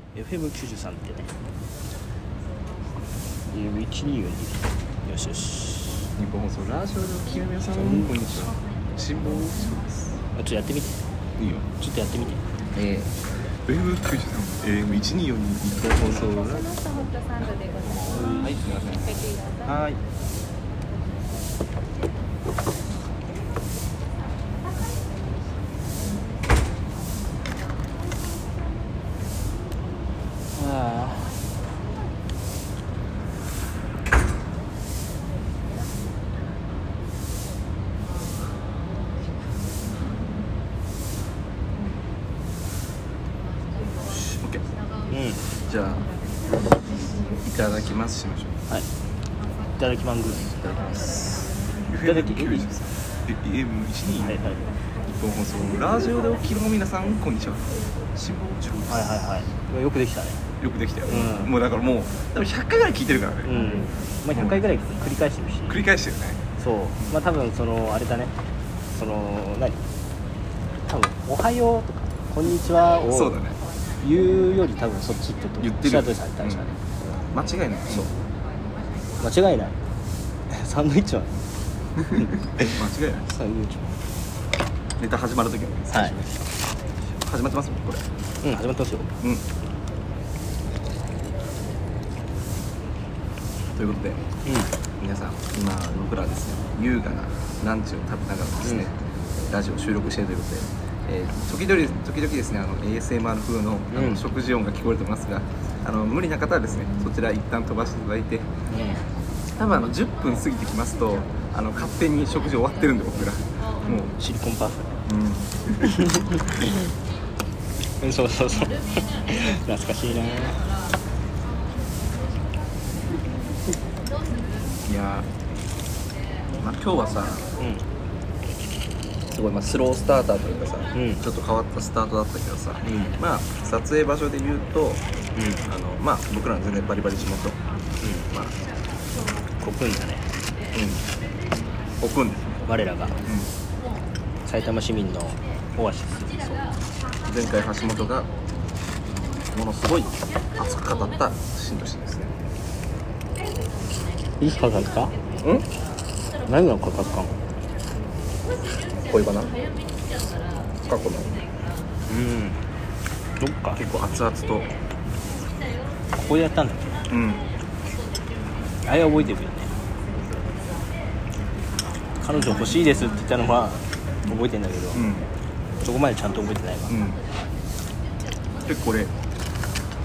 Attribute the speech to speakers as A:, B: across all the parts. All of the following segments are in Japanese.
A: FM93 でね FM124 よしよし
B: 日本放送ラジオでお聞きの皆さんこんにちは辛坊治郎です
A: あちょっとやってみて
B: いいよ
A: ちょっとやってみて
B: ええ FM93AM1242 日本放送ラジ
C: その人ホットサンドでございます。
B: オはいすいません
C: ご注意ください。
B: はい
A: あ
B: オッケー
A: あうん
B: じゃあいただきますしましょう
A: はいいただきマングース
B: いただきます
A: いただき
B: FM93AM1242
A: はいはいはい
B: 日本放送ラジオでお聞きの皆さんこんにちは辛坊治郎です、
A: はいはいよくできたね
B: よくできたよ、
A: うん
B: もうだからもう多分100回ぐらい聞いてるからね、
A: うんまあ100回ぐらい繰り返してるし
B: 繰り返してるね
A: そうまあ多分そのあれだねその何多分「おはよう」とか「こんにちは」
B: そ
A: を
B: うだね
A: 言うより多分そっちちょっと
B: 言ってる
A: シャドウさんに対してはね、
B: 間違いないそう
A: 間違いないサンドイッチは
B: 間違いない
A: サンドイッチは
B: ネタ始まる時はね最
A: はい
B: 初ね始まってますもんこれ
A: うん始まってますよ
B: うんということで
A: う
B: 皆さん今僕らはですね優雅なランチを食べながらですね、ラジオを収録しているということで、えー時々時々ですねあの ASMR 風のあの、
A: うん
B: 食事音が聞こえてますがあの無理な方はですねそちら一旦飛ばしていただいて
A: んね
B: 多分あの10分過ぎてきますとあの勝手に食事終わってるんで僕らもう、
A: シリコンパフ
B: うん、
A: うんそうそうそう 懐かしいない
B: やーまあ、今日は
A: う
B: さすごい、まあ、スロースターターというかさ、
A: うん
B: ちょっと変わったスタートだったけどさ、
A: うん
B: まあ撮影場所で言うと
A: んうん
B: あのまあ僕らの全然バリバリ地元まあ
A: うん国運だね
B: うん置くんですね、
A: 我らが埼玉市民のオアシス
B: 前回橋本がものすごい熱く語った新都市ですね
A: いい価格か
B: うん
A: 何の価格か
B: 恋バナ過去の
A: うんどっか
B: 結構熱々と
A: ここでやったんだっけ
B: うん
A: あれは覚えてるよね彼女欲しいですって言ったのは覚えてんだけど、
B: うん
A: そこまでちゃんと覚えてないわ、
B: うん結構これ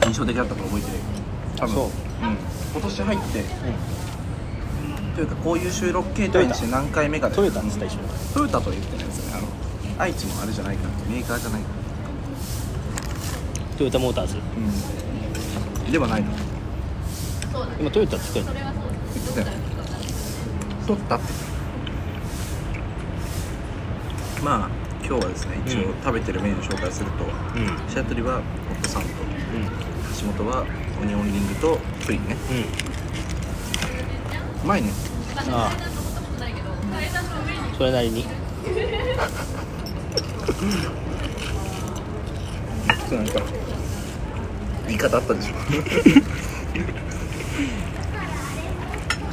B: 印象的だったから覚えてる多分
A: そう
B: うん今年入ってというかこういう収録系統にして何回目かで
A: トヨタっつった一緒に
B: トヨタとは言ってないですねあの愛知のあれじゃないからメーカーじゃないか
A: トヨタモーターズ
B: うんではないの
A: 今トヨタっつってんの
B: 言ってたよ取ったってまあ今日はですね一応
A: うん
B: 食べてるメニューを紹介する
A: う
B: と、
A: んうん
B: シャトリはホットサンド橋本はオニオンリングとプリンね
A: うん
B: うまいね
A: ああそれなりに
B: そうなんか言い方あったでしょ普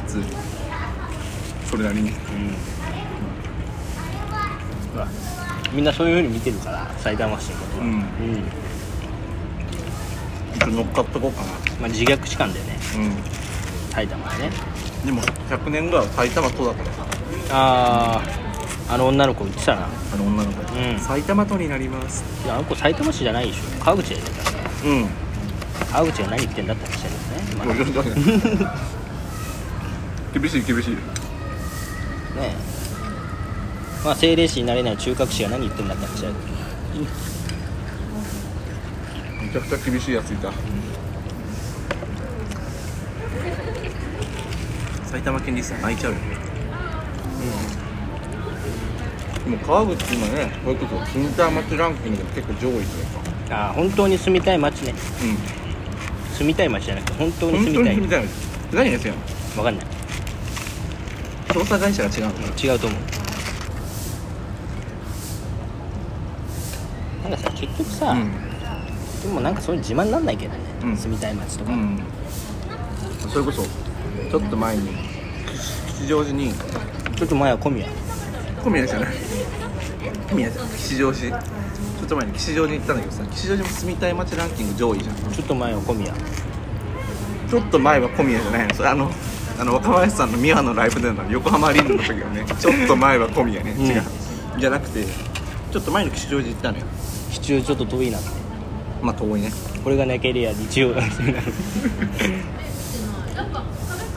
B: 通にそれなりに
A: うんほらみんなそういうふうに見てるから埼玉市のことは
B: うん
A: うん
B: 一応乗っかっとこうかな
A: まあ、自虐痴漢だよね
B: うん
A: 埼玉はね
B: でも100年ぐらいは埼玉都だからさ
A: あああの女の子言ってたな
B: あの女の子、
A: うん
B: 埼玉都になります
A: いやあの子埼玉市じゃないでしょ川口だよね確か
B: うん
A: 川口が何言ってんだって話だけどね、まあ、ね
B: 厳しい厳しい
A: まあ政令市になれない中核市が何言ってんだって話だけど
B: めちゃくちゃ厳しいやついた、埼玉県リスナー泣いちゃうよねでも川口今ねこういうことインターマッチランキングでも結構上位というか
A: ああ本当に住みたい街ね
B: う
A: 住みたい街じゃなくて本当に
B: ん
A: 住
B: 本当
A: み
B: に
A: たい
B: 住みたい何ですよ
A: わかんない
B: 調査会社が違うのかな
A: 違うと思うなんかさ結局さ、
B: うん
A: でもなんかそういうの自慢になんないけどね、
B: うん
A: 住みたい街とか、
B: うん、それこそちょっと前に吉祥寺に
A: ちょっと前は小宮
B: 小宮じゃない小宮じゃん吉祥寺ちょっと前に吉祥寺に行ったんだけどさ吉祥寺も住みたい街ランキング上位じゃん
A: ちょっと前は小宮
B: ちょっと前は小宮じゃないのそれあのあの若林さんのミワのライブでの横浜アリーナの時 はねちょっと前は小宮ね
A: うん
B: 違う、じゃなくてちょっと前の吉祥寺行ったのよ
A: 支柱ちょっと遠いなって
B: まあ遠いね
A: これがなけりゃ日曜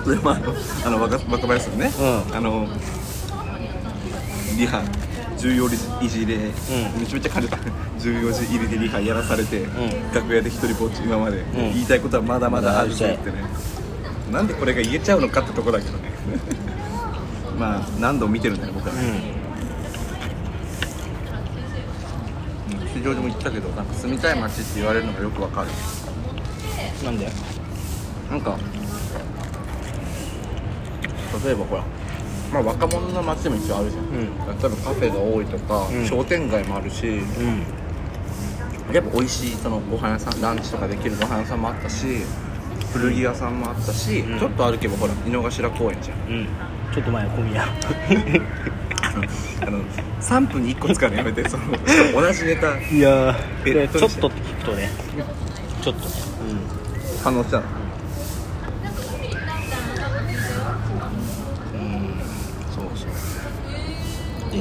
B: それもあのあの若若林さんね、
A: う
B: あのリハ14時入りで、
A: ん
B: めちゃめちゃ 彼ら14時入りでリハやらされて、
A: ん
B: 楽屋で一人ぼっち今まで、
A: ん
B: 言いたいことはまだまだあるぜってねなんでこれが言えちゃうのかってとこだけどね まあ何度も見てるんだよ僕は、
A: う
B: うん吉祥寺も行ったけどなんか住みたい街って言われるのがよくわかる
A: んなんだよ
B: なんか例えばほらまあ若者の街も一応あるじゃん、
A: うん
B: 例えばカフェが多いとか、
A: うん
B: 商店街もあるし
A: うん
B: やっぱ美味しいそのご飯屋さんランチとかできるご飯屋さんもあったし古着屋さんもあったし、
A: うん
B: ちょっと歩けばほら井の頭公園じゃん
A: うんちょっと前は小宮
B: あの3分に1個使うのやめてその同じネタ
A: いや
B: え
A: でち
B: ど
A: ょ
B: う
A: っ
B: した
A: とって聞くとねちょっとね
B: 反応したの
A: うんうん
B: そうそう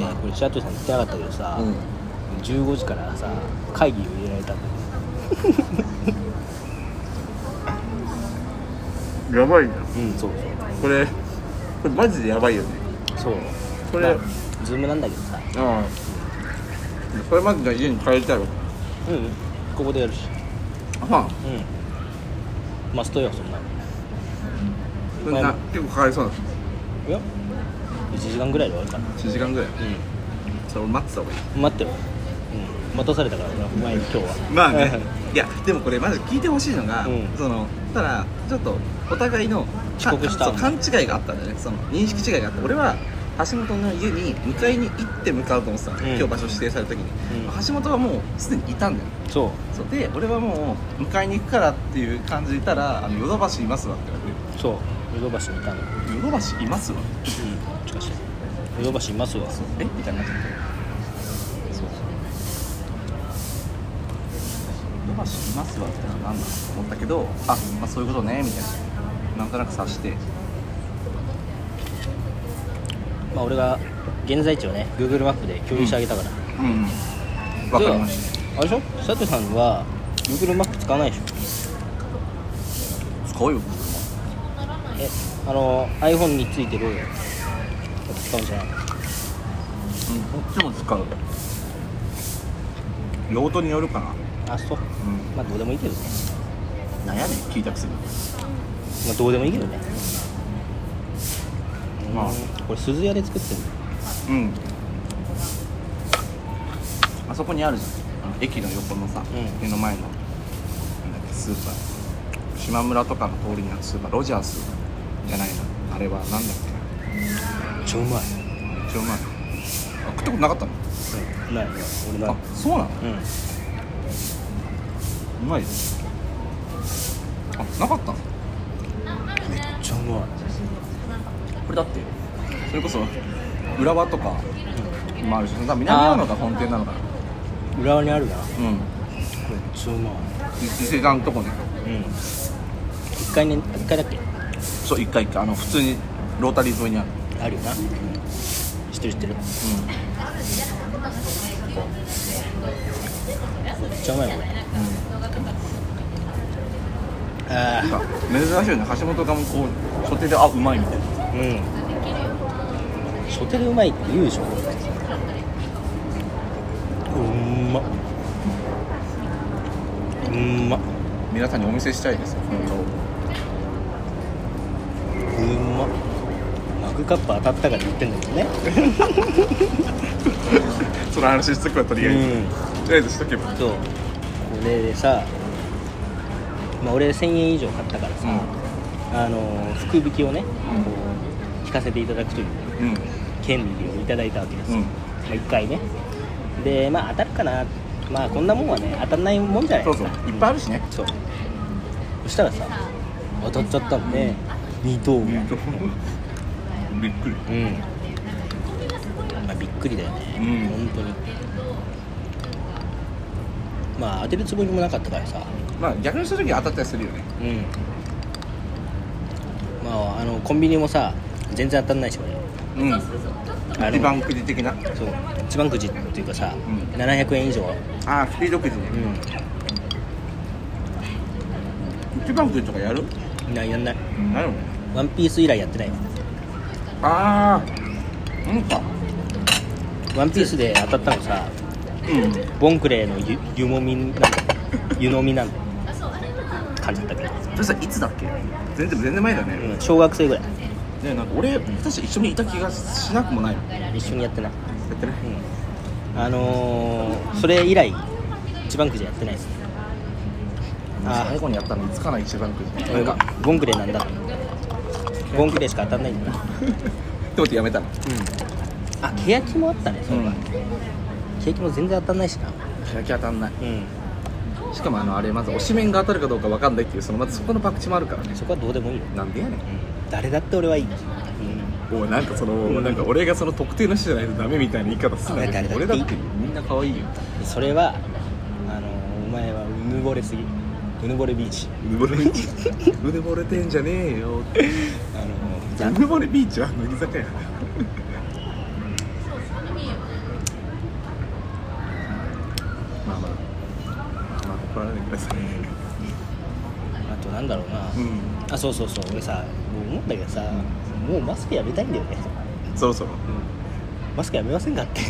A: でこれ白鳥さん言ってなかったけどさ、
B: うん
A: 15時からさ会議を入れられたんだよ
B: やばいな
A: うんそう
B: これこれマジでやばいよね
A: そうそう
B: こ
A: ま
B: れ
A: あズームなんだけどさ
B: ああそれまでじゃあ家に帰りたいわ
A: うんここでやるし
B: あ
A: うんマストよそんなの
B: それな結構かかりそうなんで
A: いや1時間ぐらいで終わるから
B: す1時間ぐらいそれ待ってた方がいい
A: うん待ってよ、うん、待たされたから俺は前に今日は
B: まあねいやでもこれまず聞いてほしいのが、
A: うん
B: そのただちょっとお互いのか
A: 遅刻した
B: そう勘違いがあったんだよねその認識違いがあって俺は橋本の家に迎えに行って向かうと思ってたの、
A: うん
B: 今日場所指定された時に、
A: うん
B: 橋本はもうすでにいたんだよ
A: そう
B: そうで俺はもう迎えに行くからっていう感じでいたら「あのヨドバシいますわ」って言われ
A: そうヨドバシにいたのうん
B: て「ヨドバシいますわ」
A: しかしヨドバシいますわ
B: そうえみたいになっちゃってそうヨドバシいますわってのは何だろうと思ったけどあ、まあ、そういうことねみたいななんとなく察して
A: まあ俺が現在地をね Google マップで共有してあげたから、
B: うんわかりました
A: たあれでしょ佐藤さんは Google マップ使わないでしょ
B: 使うよ
A: えあの iPhone についてるやつ使うんじゃない
B: うんこっちも使う用途によるかな
A: あそう
B: う
A: まあどうでもいいけどね
B: ん悩み聞いたくせに
A: まあどうでもいいけどね
B: まあ
A: うんこれ鈴屋で作ってる
B: うんあそこにあるじゃんあの駅の横のさ、
A: うん
B: 目の前のなんだっけスーパー島村とかの通りにあるスーパーロジャースじゃないのあれはなんだっけ
A: 超うまい
B: めっちゃうまいあ食ったことなかったの、
A: ないない俺ない
B: あそうな
A: う
B: の
A: ん
B: うまいよあなかったのこ
A: 超うまい
B: れだってそれこそ浦和とかもあるし多分南青野が本店なのかな
A: 裏側にあるな
B: うん
A: これ超うまい
B: 伊勢館のとこね
A: うん一回ね一回だっけ
B: そう一回一回あの普通にロータリー沿いにある
A: あるよな知ってる知ってるめっちゃうまいよこれ
B: うん、うん
A: あ
B: なんか珍しいよね橋本がもうこう初手であうまいみたいな
A: あうん初手でうまいって言うでしょこれうんまっうんまっ
B: 皆さんにお見せしたいですよ本
A: うんまっマグカップ当たったから言ってんだけどね
B: 当その話しとくわとりあえず、とりあえずしとけばうん
A: そうこれでさ、まあ、俺1000円以上買ったからさ、あの福引きをね
B: うん
A: 引かせていただくという
B: うん
A: 権利をいただいたわけですよ、
B: うん
A: まあ、1回ねでまあ当たるかなまあこんなもんはね当たんないもんじゃない
B: そうそういっぱいあるしね
A: そうそしたらさ当たっちゃったんで二等がうん
B: びっくり
A: まあびっくりだよね、
B: うん
A: 本当にまあ当てるつもりもなかったからさ
B: まあ逆にした時は当たったりするよね
A: うんまああのコンビニもさ全然当たんないし俺
B: うん
A: あ
B: リ
A: の
B: バンクリ的な
A: そう一番くじっていうかさ、
B: う
A: 700円以上、
B: ああスピードくじね一番くじとかやる
A: うん、なやんない
B: うんなるもんね
A: ワンピース以来やってないわ
B: ああうんか
A: ワンピースで当たったのさ
B: うん
A: ボンクレーの湯湯もみなんだ湯飲みなんだ感じだったけど、
B: そしたらいつだっけ全然全然前だね、
A: うん、小学生ぐらい
B: ねなんか俺私一緒にいた気がしなくもないや
A: 一緒にやってない、
B: ってない
A: うん、あのー、それ以来一番くじやってないですねあー
B: 最後にやったのいつかな一番くじ
A: 俺がボンクレーなんだボンクレーしか当たんないんだな
B: ってことやめたの
A: うんあケヤキもあったねそういえば、ケヤキも全然当たんないしな
B: 開き当たんない
A: うん
B: しかもあのあれまず推しメンが当たるかどうかわかんないっていうそのまずそこの博打もあるからね
A: そこはどうでもいいよ、
B: なんでやねん
A: うん、誰だって俺はいい、うん、
B: おいなんかその、なんか俺がその特定の人じゃないとダメみたいな言い方すなよ
A: あ誰だ
B: 俺だってみんな可愛いよ
A: それはあのーお前はうぬぼれすぎうぬぼれビーチ
B: うぬぼれビーチうぬぼれてんじゃねえよ
A: あのー
B: うぬぼれビーチは乃木坂やまあまあまあ怒らないでください
A: あとなんだろうな、
B: うん
A: あそうそうそう俺さもう思うんだけどさもうマスクやめたいんだよね
B: そろそろ
A: マスクやめませんかって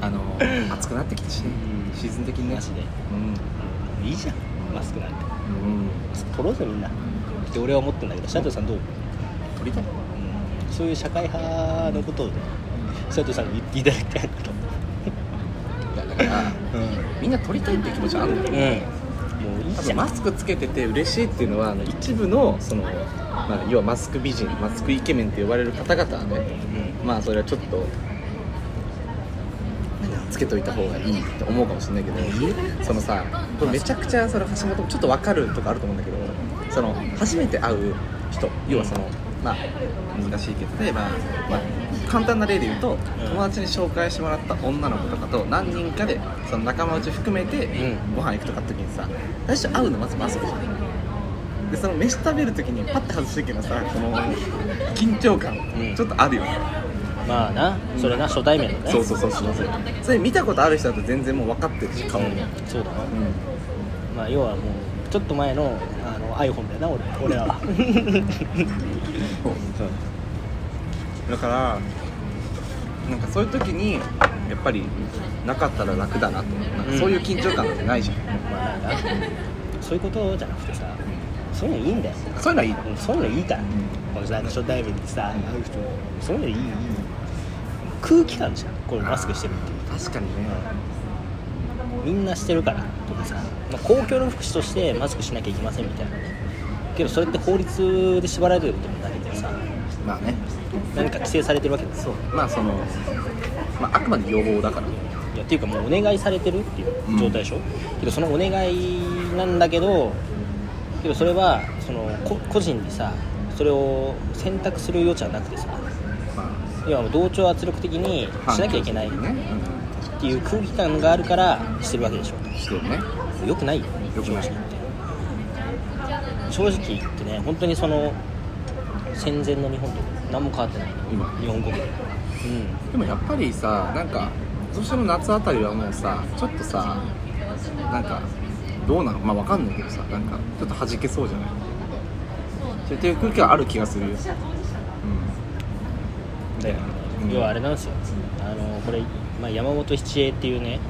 B: あの暑くなってきたしね
A: うん
B: シーズン的にね
A: マジで
B: うん
A: いいじゃんマスクなんて
B: うん
A: 取ろうぜみんなって俺は思ってんだけどシャトルさんどう思う、
B: 撮りたい
A: そういう社会派のことをねシャトルさんに言っていただきたいなと
B: いやだからみんな撮りたいって気持ちはあるんだよ
A: うんもういい
B: 多
A: じ
B: 分
A: ゃん
B: マスクつけてて嬉しいっていうのはあの一部のその、まあ、要はマスク美人マスクイケメンって呼ばれる方々はね
A: うん
B: まあそれはちょっとつけといた方がいいって思うかもしれないけどそのさこれめちゃくちゃその橋本もちょっと分かるとかあると思うんだけどその初めて会う人要はそのまあ難しいけど例えば、まあ、簡単な例で言うと友達に紹介してもらった女の子とかと何人かでその仲間内含めて
A: ん
B: ご飯行くとかの時にさ最初会うのまずマスクじゃんでその飯食べる時にパッて外してるけどさこの緊張感、
A: うん
B: ちょっとあるよね
A: まあなそれな初対面のね
B: そうそうそうそうそうそれ見たことある人だと全然もう分かってるし顔も、うん
A: うんそうだなまあ要はもうちょっと前のあの iPhone だよな俺俺らは
B: だからなんかそういう時にやっぱりなかったら楽だなと思うなんかそういう緊張感ってないじゃん、
A: まあなんかそういうことじゃなくてさそういうのいいんだよ
B: そういうのはいいの
A: うんそういうのいいから、このさ初対面でさ会う人そういうのいいいい空気感じゃんこれマスクしてるっていう
B: 確かにね
A: みんなしてるからとかさ、まあ、公共の福祉としてマスクしなきゃいけませんみたいなねけどそれって法律で縛られてることもないけどさ
B: まあね
A: 何か規制されてるわけですよ
B: まあその、まあ、あくまで要望だから
A: いやっていうかもうお願いされてるっていう状態でしょ、けどそのお願いなんだけどけどそれはそのこ個人でさそれを選択する余地はなくてさ
B: ま
A: 要は同調圧力的に
B: あ
A: しなきゃいけないっ
B: ね、う
A: ていう空気感があるからしてるわけでしょ
B: ん、してるね
A: よくないよ
B: よくない
A: 正直言って正直言ってね本当にその戦前の日本と何も変わってない
B: 今
A: 日本国で
B: でもやっぱりさなんか今年の夏あたりはもうさちょっとさなんかどうなのまあわかんないけどさなんかちょっと弾けそうじゃないっていう空気はある気がするよ、
A: うんで
B: うん
A: 要はあれなんですよあのこれ、まあ、山本七恵っていうね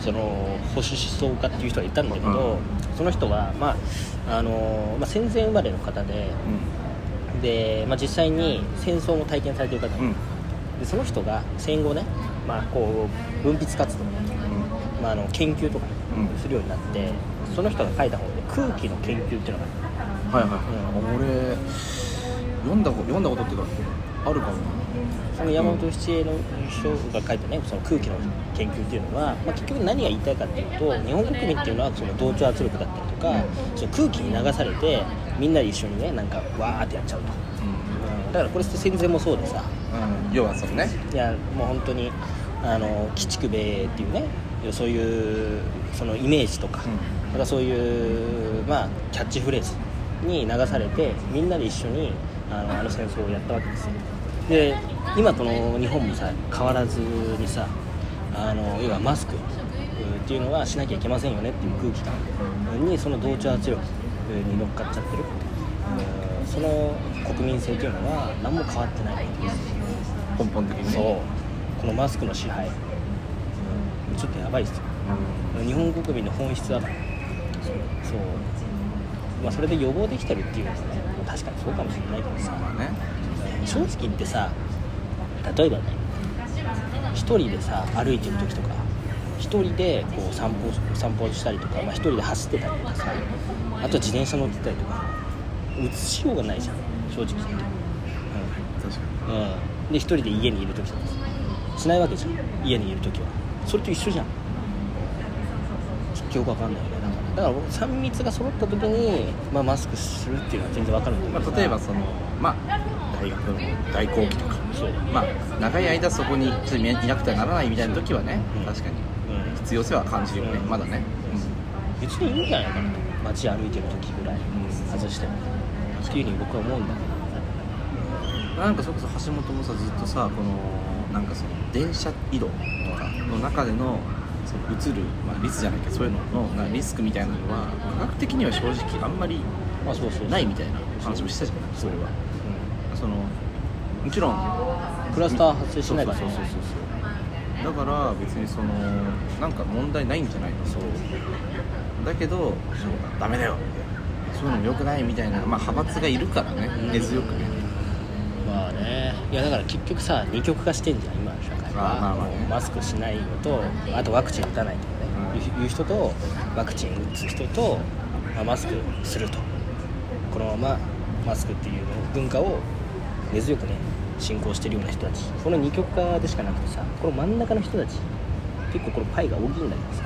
A: その保守思想家っていう人がいたんだけど、
B: うん
A: その人は、まああのまあ、戦前生まれの方でで、まあ、実際に戦争も体験されてる方、
B: うんうん
A: でその人が戦後ね、まあ、こう文筆活動まあ、あの研究とか
B: うん
A: するようになって、その人が書いた本で「空気の研究」っていうのがある
B: はいはい、俺読んだこと読んだことっていうかあるかも
A: その山本七恵の人が書いたねその空気の研究っていうのは、まあ、結局何が言いたいかっていうと日本国民っていうのはその同調圧力だったりとか、その空気に流されてみんなで一緒にねなんかわーってやっちゃうと、うんだからこれって戦前もそうでさ
B: うん、要はそのね
A: いやもう本当にあの鬼畜米っていうねそういうそのイメージとか、
B: うん
A: なんかそういう、まあ、キャッチフレーズに流されてみんなで一緒にあのあの戦争をやったわけですよで今との日本もさ変わらずにさあの要はマスクうんっていうのはしなきゃいけませんよねっていう空気感にその同調圧力に乗っかっちゃってる、うんその国民性というのは何も変わってない
B: 根本的にね
A: そうこのマスクの支配ちょっとやばいっすよ日本国民の本質だからそう、まあ、それで予防できてるっていうのはね確かにそうかもしれないけどさ
B: ね
A: 正直言ってさ例えばね一人でさ歩いてる時とか一人でこう散歩散歩したりとか、まあ、一人で走ってたりとかさあとは自転車乗ってたりとか映しようがないじゃん正直言って、
B: 確かに
A: うんうん、で一人で家にいる時とかさしないわけじゃん家にいる時はそれと一緒じゃん結局わかんないよねだからだから3密が揃った時に、まあ、マスクするっていうのは全然わかるんだけど
B: ま
A: さ
B: あ、例えばそのまあ大学の大後期とか
A: そう
B: まあ長い間そこにちょっといなくてはならないみたいな時はね、
A: うん
B: 確かに
A: うん
B: 必要性は感じるよね、
A: うん
B: まだね、
A: 別にいいんじゃないかなと街歩いてる時ぐらい外してもっていうふうに僕は思うんだけど
B: なんかそれこそ橋本もさずっとさこのなんかその電車移動とかの中でのその映る、まあ、リスじゃないけどそういうののなんかリスクみたいなのは科学的には正直あんまり
A: まあそうそう
B: ないみたいな話もしたじゃないそれはそのもちろん
A: クラスター発生しないから
B: そうそうそうそうだから別にそのなんか問題ないんじゃないのそうだけどそうダメだよみたいなそういうのも良くないみたいな、まあ、派閥がいるからね
A: うん
B: 根強くね
A: まあねいやだから結局さ二極化してんじゃん今の社会は
B: あーまあまあね
A: もうマスクしないのとあとワクチン打たないとかね、
B: う
A: いういう人とワクチン打つ人と、まあマスクするとこのままマスクっていう文化を根強くね信仰してるような人たちこの二極化でしかなくてさこの真ん中の人たち結構このパイが大きいんだけどさ、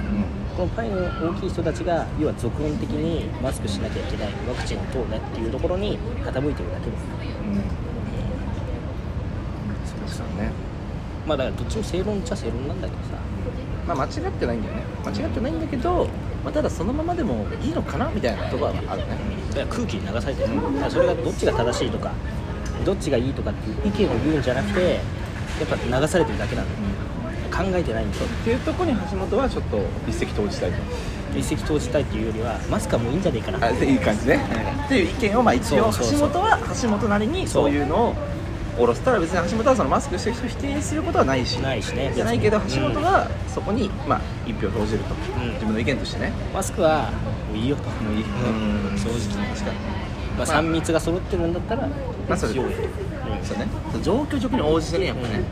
A: このパイの大きい人たちが要は続論的にマスクしなきゃいけないワクチンを打とうねっていうところに傾いてるだけです
B: うん、うん、そうですよね
A: まあだからどっちも正論っちゃ正論なんだけどさ
B: まあ間違ってないんだよね間違ってないんだけど、まあ、ただそのままでもいいのかなみたいなところはあるね
A: だから空気に流されてる、だからそれがどっちが正しいとかどっちがいいとかっていう意見を言うんじゃなくてやっぱ流されてるだけなんだよ考えてないんだよ
B: っていうところに橋本はちょっと一石投じたいと
A: 一石投じたいっていうよりはマスカもういいんじゃねえかな
B: あいい感じね、っていう意見をまあ一応
A: そうそうそう
B: 橋本は橋本なりにそういうのを下ろしたら別に橋本はそのマスクしてる人を否定することはないし
A: ないしね
B: じゃないけど
A: うん
B: 橋本はそこにまあ一票投じると、
A: うん
B: 自分の意見としてね
A: マスクはもういいよと
B: もういい
A: うん正直
B: 確かに
A: まあ、3密が揃ってるんだったら、
B: まあそれ
A: しようようん
B: そうね状況状況に応じてねやっぱね、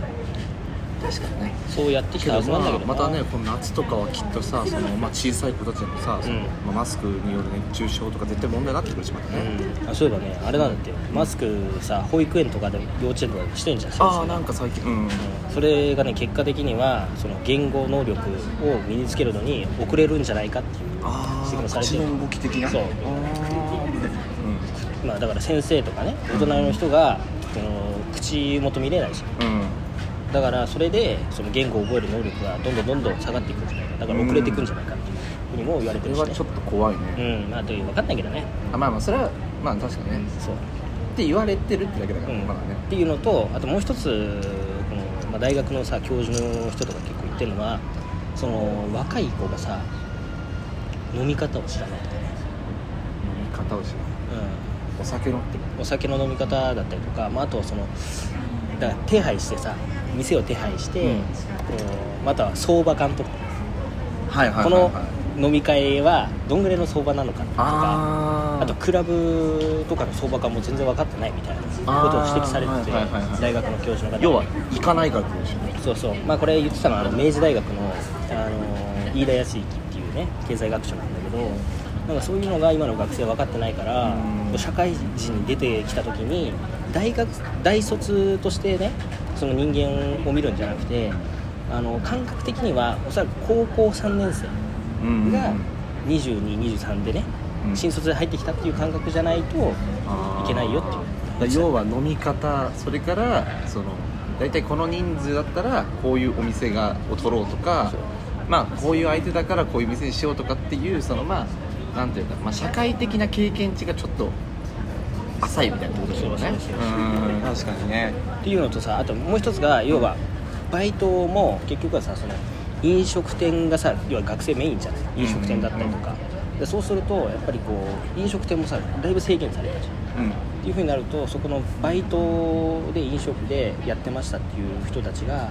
B: 確かにね
A: そうやってき
B: け
A: たは
B: ど
A: ずなんだけどな
B: まあまたねこの夏とかはきっとさその、まあ、小さい子たちもさ、その
A: うん
B: まあマスクによる熱中症とか絶対問題になってくるしまたね、
A: うんあそういえばねあれなんだってマスクさ保育園とかでも幼稚園とかでもしてんじゃん先
B: あ
A: 生
B: あなんか最近うん
A: それがね結果的にはその言語能力を身につけるのに遅れるんじゃないかっていう
B: あ
A: 指摘も
B: あ
A: されて
B: 口
A: る
B: の動き的な
A: そう
B: あー
A: まあだから先生とかね大人の人がその口元見れないし
B: うんうん
A: だからそれでその言語を覚える能力がどんどんどんどん下がっていくんじゃないかだから遅れていくんじゃないかっていうふうにも言われ
B: こ
A: てる
B: れ
A: し、
B: は
A: ね
B: ちょっと怖いね、
A: うんまあという分かんないけどね
B: あまあまあそれはまあ確かにね
A: そう
B: って言われてるってだけだから、
A: うん
B: まだね
A: っていうのとあともう一つこの、まあ、大学のさ教授の人とか結構言ってるのはその若い子がさ飲み方を知らないとかね、
B: 飲み方をしないお酒飲って
A: うん、お酒の飲み方だったりとか、まあ、あとはそのだから手配してさ店を手配して、
B: うん
A: こうまたは相場感とか、
B: はいは
A: この飲み会はどんぐらいの相場なのかとか
B: あー
A: あとクラブとかの相場感も全然分かってないみたいなことを指摘されてて、
B: あーはいはいはいはい
A: 大学の教授の方
B: 要は行かないからってことでしょ
A: そうそうまあこれ言ってたのはあの明治大学の、あのー飯田康之っていうね経済学者なんだけどなんかそういうのが今の学生は分かってないから、
B: うん
A: こう社会人に出てきた時に大学大卒としてねその人間を見るんじゃなくてあの感覚的にはおそらく高校3年生
B: うん
A: が2223でね、
B: うん
A: 新卒で入ってきたっていう感覚じゃないといけないよっていう
B: だから要は飲み方それからその大体この人数だったらこういうお店がを取ろうとか
A: そう
B: まあこういう相手だからこういう店にしようとかっていうそのまあなんていうか、まあ、社会的な経験値がちょっと浅いみたいなことですよね
A: そうそうそう
B: うん確かにね
A: っていうのとさあともう一つが要はバイトも結局はさその飲食店がさ要は学生メインじゃない飲食店だったりとか、でそうするとやっぱりこう飲食店もさだいぶ制限されたじゃん
B: うん
A: っていうふうになるとそこのバイトで飲食でやってましたっていう人たちが、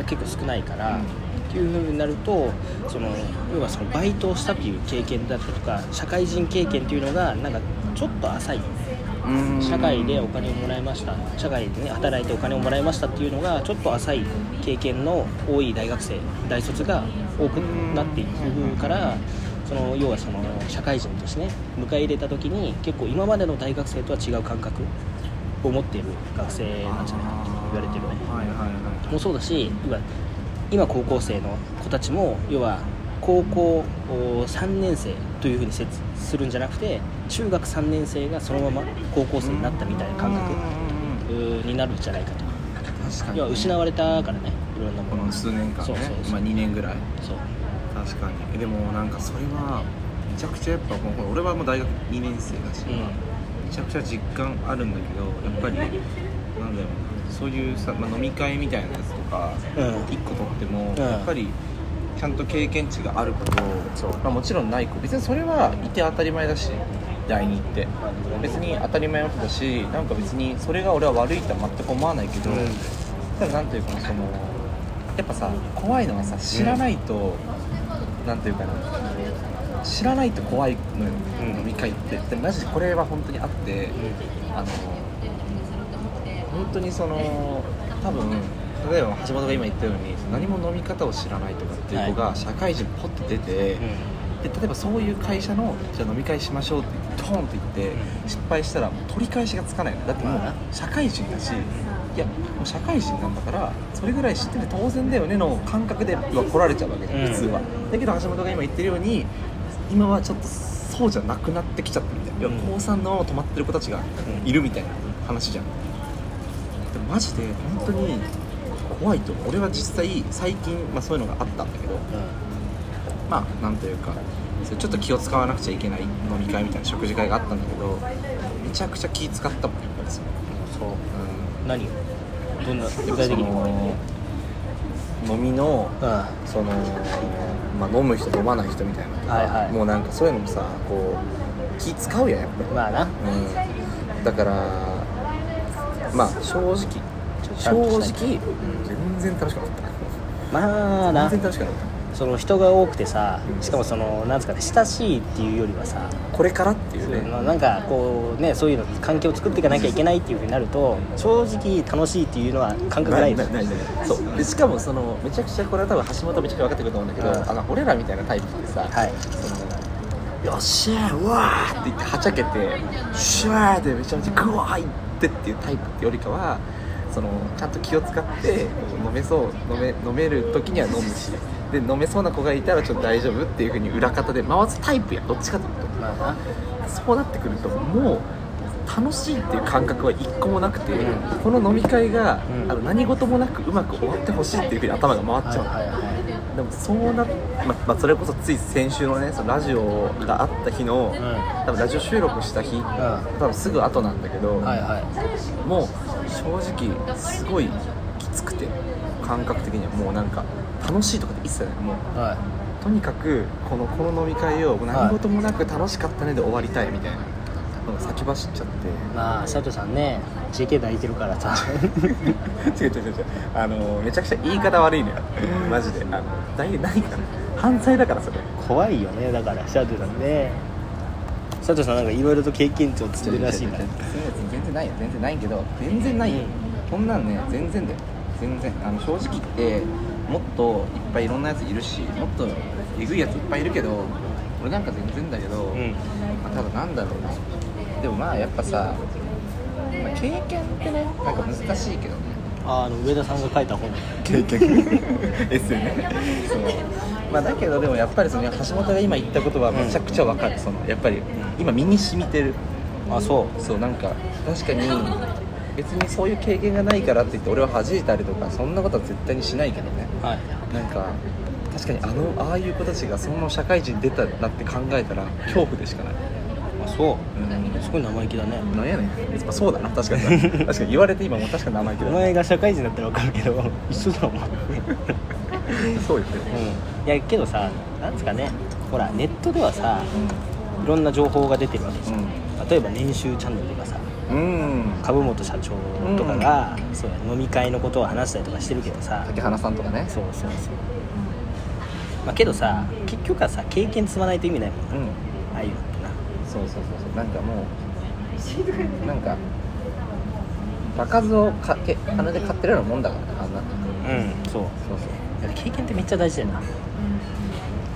A: うん、結構少ないから、
B: うん
A: っていうふうになるとその要はそのバイトをしたっていう経験だったりとか社会人経験っていうのがなんかちょっと浅い
B: うん
A: 社会でお金をもらいました社会で、ね、働いてお金をもらいましたっていうのがちょっと浅い経験の多い大学生大卒が多くなっていくからその要はその社会人としてね迎え入れた時に結構今までの大学生とは違う感覚を持っている学生なんじゃないかと言われてるね
B: はいはいはい
A: もそうだし今今高校生の子たちも要は高校3年生というふうにせつするんじゃなくて中学3年生がそのまま高校生になったみたいな感覚
B: うん
A: うーになるんじゃないかと
B: 確かに
A: 要は失われたからねいろんな
B: こ
A: もの
B: の数年間ね
A: そうそうそう
B: まあ2年ぐらい
A: そう
B: 確かにえでもなんかそれはめちゃくちゃやっぱもう俺はもう大学2年生だし、
A: うん
B: めちゃくちゃ実感あるんだけどやっぱりなんだろうなそういうさ、まあ飲み会みたいなやつとか
A: うん
B: 1個取っても、
A: ん
B: やっぱりちゃんと経験値があること、まあ、もちろんない子別にそれはいて当たり前だし第二って別に当たり前のことだしなんか別にそれが俺は悪いとは全く思わないけど、
A: うん
B: ただなんていうかなそのやっぱさ怖いのはさ知らないと、なんていうかな知らないと怖いのよ、
A: うん
B: 飲み会ってでマジでこれは本当にあって、あの本当にその多分例えば橋本が今言ったように何も飲み方を知らないとかっていう子が社会人ポッと出て、で例えばそういう会社のじゃあ飲み会しましょうってドーンと言って失敗したらもう取り返しがつかないのだってもう
A: まあな
B: 社会人だしいやもう社会人なんだからそれぐらい知ってて当然だよねの感覚でうわ来られちゃうわけじゃん、
A: うん
B: 普通はだけど橋本が今言ってるように今はちょっとそうじゃなくなってきちゃってみたいな、
A: うん
B: 要は高3のまま止まってる子たちが
A: うん
B: いるみたいな話じゃんでもマジで本当に怖いと思う俺は実際最近、まあ、そういうのがあったんだけどまあなんというかそれちょっと気を使わなくちゃいけない飲み会みたいな食事会があったんだけどめちゃくちゃ気使ったもんやっぱりその
A: そう
B: う
A: 何をどんなん具体的にうん
B: その飲みの
A: は
B: その、まあ、飲む人飲まない人みたいなの
A: い
B: とか
A: は
B: もうなんかそういうのもさこう気使うやんやっぱり
A: いまあな
B: うん、だからまあ正直
A: ちゃ
B: 正
A: んと
B: 直
A: した
B: 全然楽しくなかっ
A: まあ
B: た
A: な
B: 全然楽しくなかっ
A: その人が多くてさしかもそのなんですかね親しいっていうよりはさ
B: たこれからっていう
A: そう
B: ね
A: いうのなんかこうねそういうの環境を作っていかなきゃいけないっていうふうになると正直楽しいっていうのは感覚ないよね
B: ないないそうでしかもそのめちゃくちゃこれは多分橋本めちゃくちゃ分かってくると思うんだけど、
A: うん
B: あの俺らみたいなタイプってさ、
A: はい
B: そのよっしゃーうわーって言ってはちゃけてシュワーってめちゃめちゃグワーいってっていうタイプってよりかはそのちゃんと気を使ってこう飲めそう飲め飲める時には飲むしで飲めそうな子がいたらちょっと大丈夫っていうふうに裏方で回すタイプやどっちかというと
A: まあな
B: そうなってくるともう楽しいっていう感覚は一個もなくて、この飲み会が、
A: うん
B: あの何事もなくうまく終わってほしいっていうふうに頭が回っ
A: は
B: ち
A: い
B: ゃう、
A: はいはい
B: でもそうな、ままあ、それこそつい先週のねそのラジオがあった日の、
A: ん
B: 多分ラジオ収録した日、多分すぐ後なんだけど、
A: はいはい
B: もう正直すごいきつくて感覚的にはもうなんか楽しいとかって一切ないもう
A: はい
B: とにかくこのこの飲み会を何事もなく楽しかったねで終わりたいみたいなのが先走っちゃっ
A: まあ佐藤さんね JK 抱いてるからさ
B: て 違う違う違う違うあのめちゃくちゃ言い方悪いのよマジであの大ないから犯罪だからそれ
A: 怖いよねだから佐藤さんね佐藤さんなんかいろいろと経験値を積んでるらしいから
B: 全然ないよ全然ないけど全然ないよこんなんね全然だよ全然あの正直言ってもっといっぱいいろんなやついるしもっとえぐいやついっぱいいるけど俺なんか全然だけど、
A: うん
B: まあ、ただなんだろうなでもまあやっぱさ、まあ、経験ってねなんか難しいけどね
A: ああの上田さんが書いた本
B: 経験エッセイねそうまあだけどでもやっぱりその橋本が今言ったことはめちゃくちゃわかる、そのやっぱり今身に染みてる
A: あそう
B: そうなんか確かに別にそういう経験がないからって言って俺は弾いたりとかそんなことは絶対にしないけどね
A: はい
B: なんか確かにあのああいう子たちがそのまま社会人出たなって考えたら恐怖でしかない
A: あそううすごい生意気だね
B: んなんやねん、まあ、そうだな確かに確かに言われて今もう確かに生意気
A: お
B: だ
A: 前が社会人だったら分かるけど一緒だお前
B: そう言ってる
A: うんいやけどさなんですかねほらネットではさいろんな情報が出てるわけですよ、例えば年収チャンネルとかさ
B: うん、うん、
A: 株本社長とかが、そうや飲み会のことを話したりとかしてるけどさ
B: 竹原さんとかね
A: そうそうそうまあけどさ結局はさ経験積まないと意味ないもんな
B: うん
A: ああいうのってな
B: そうそうそうそうなんかもうなんか場数をかけ金で買ってるようなもんだからねあんな
A: うんそう
B: そうそう
A: だから経験ってめっちゃ大事だよな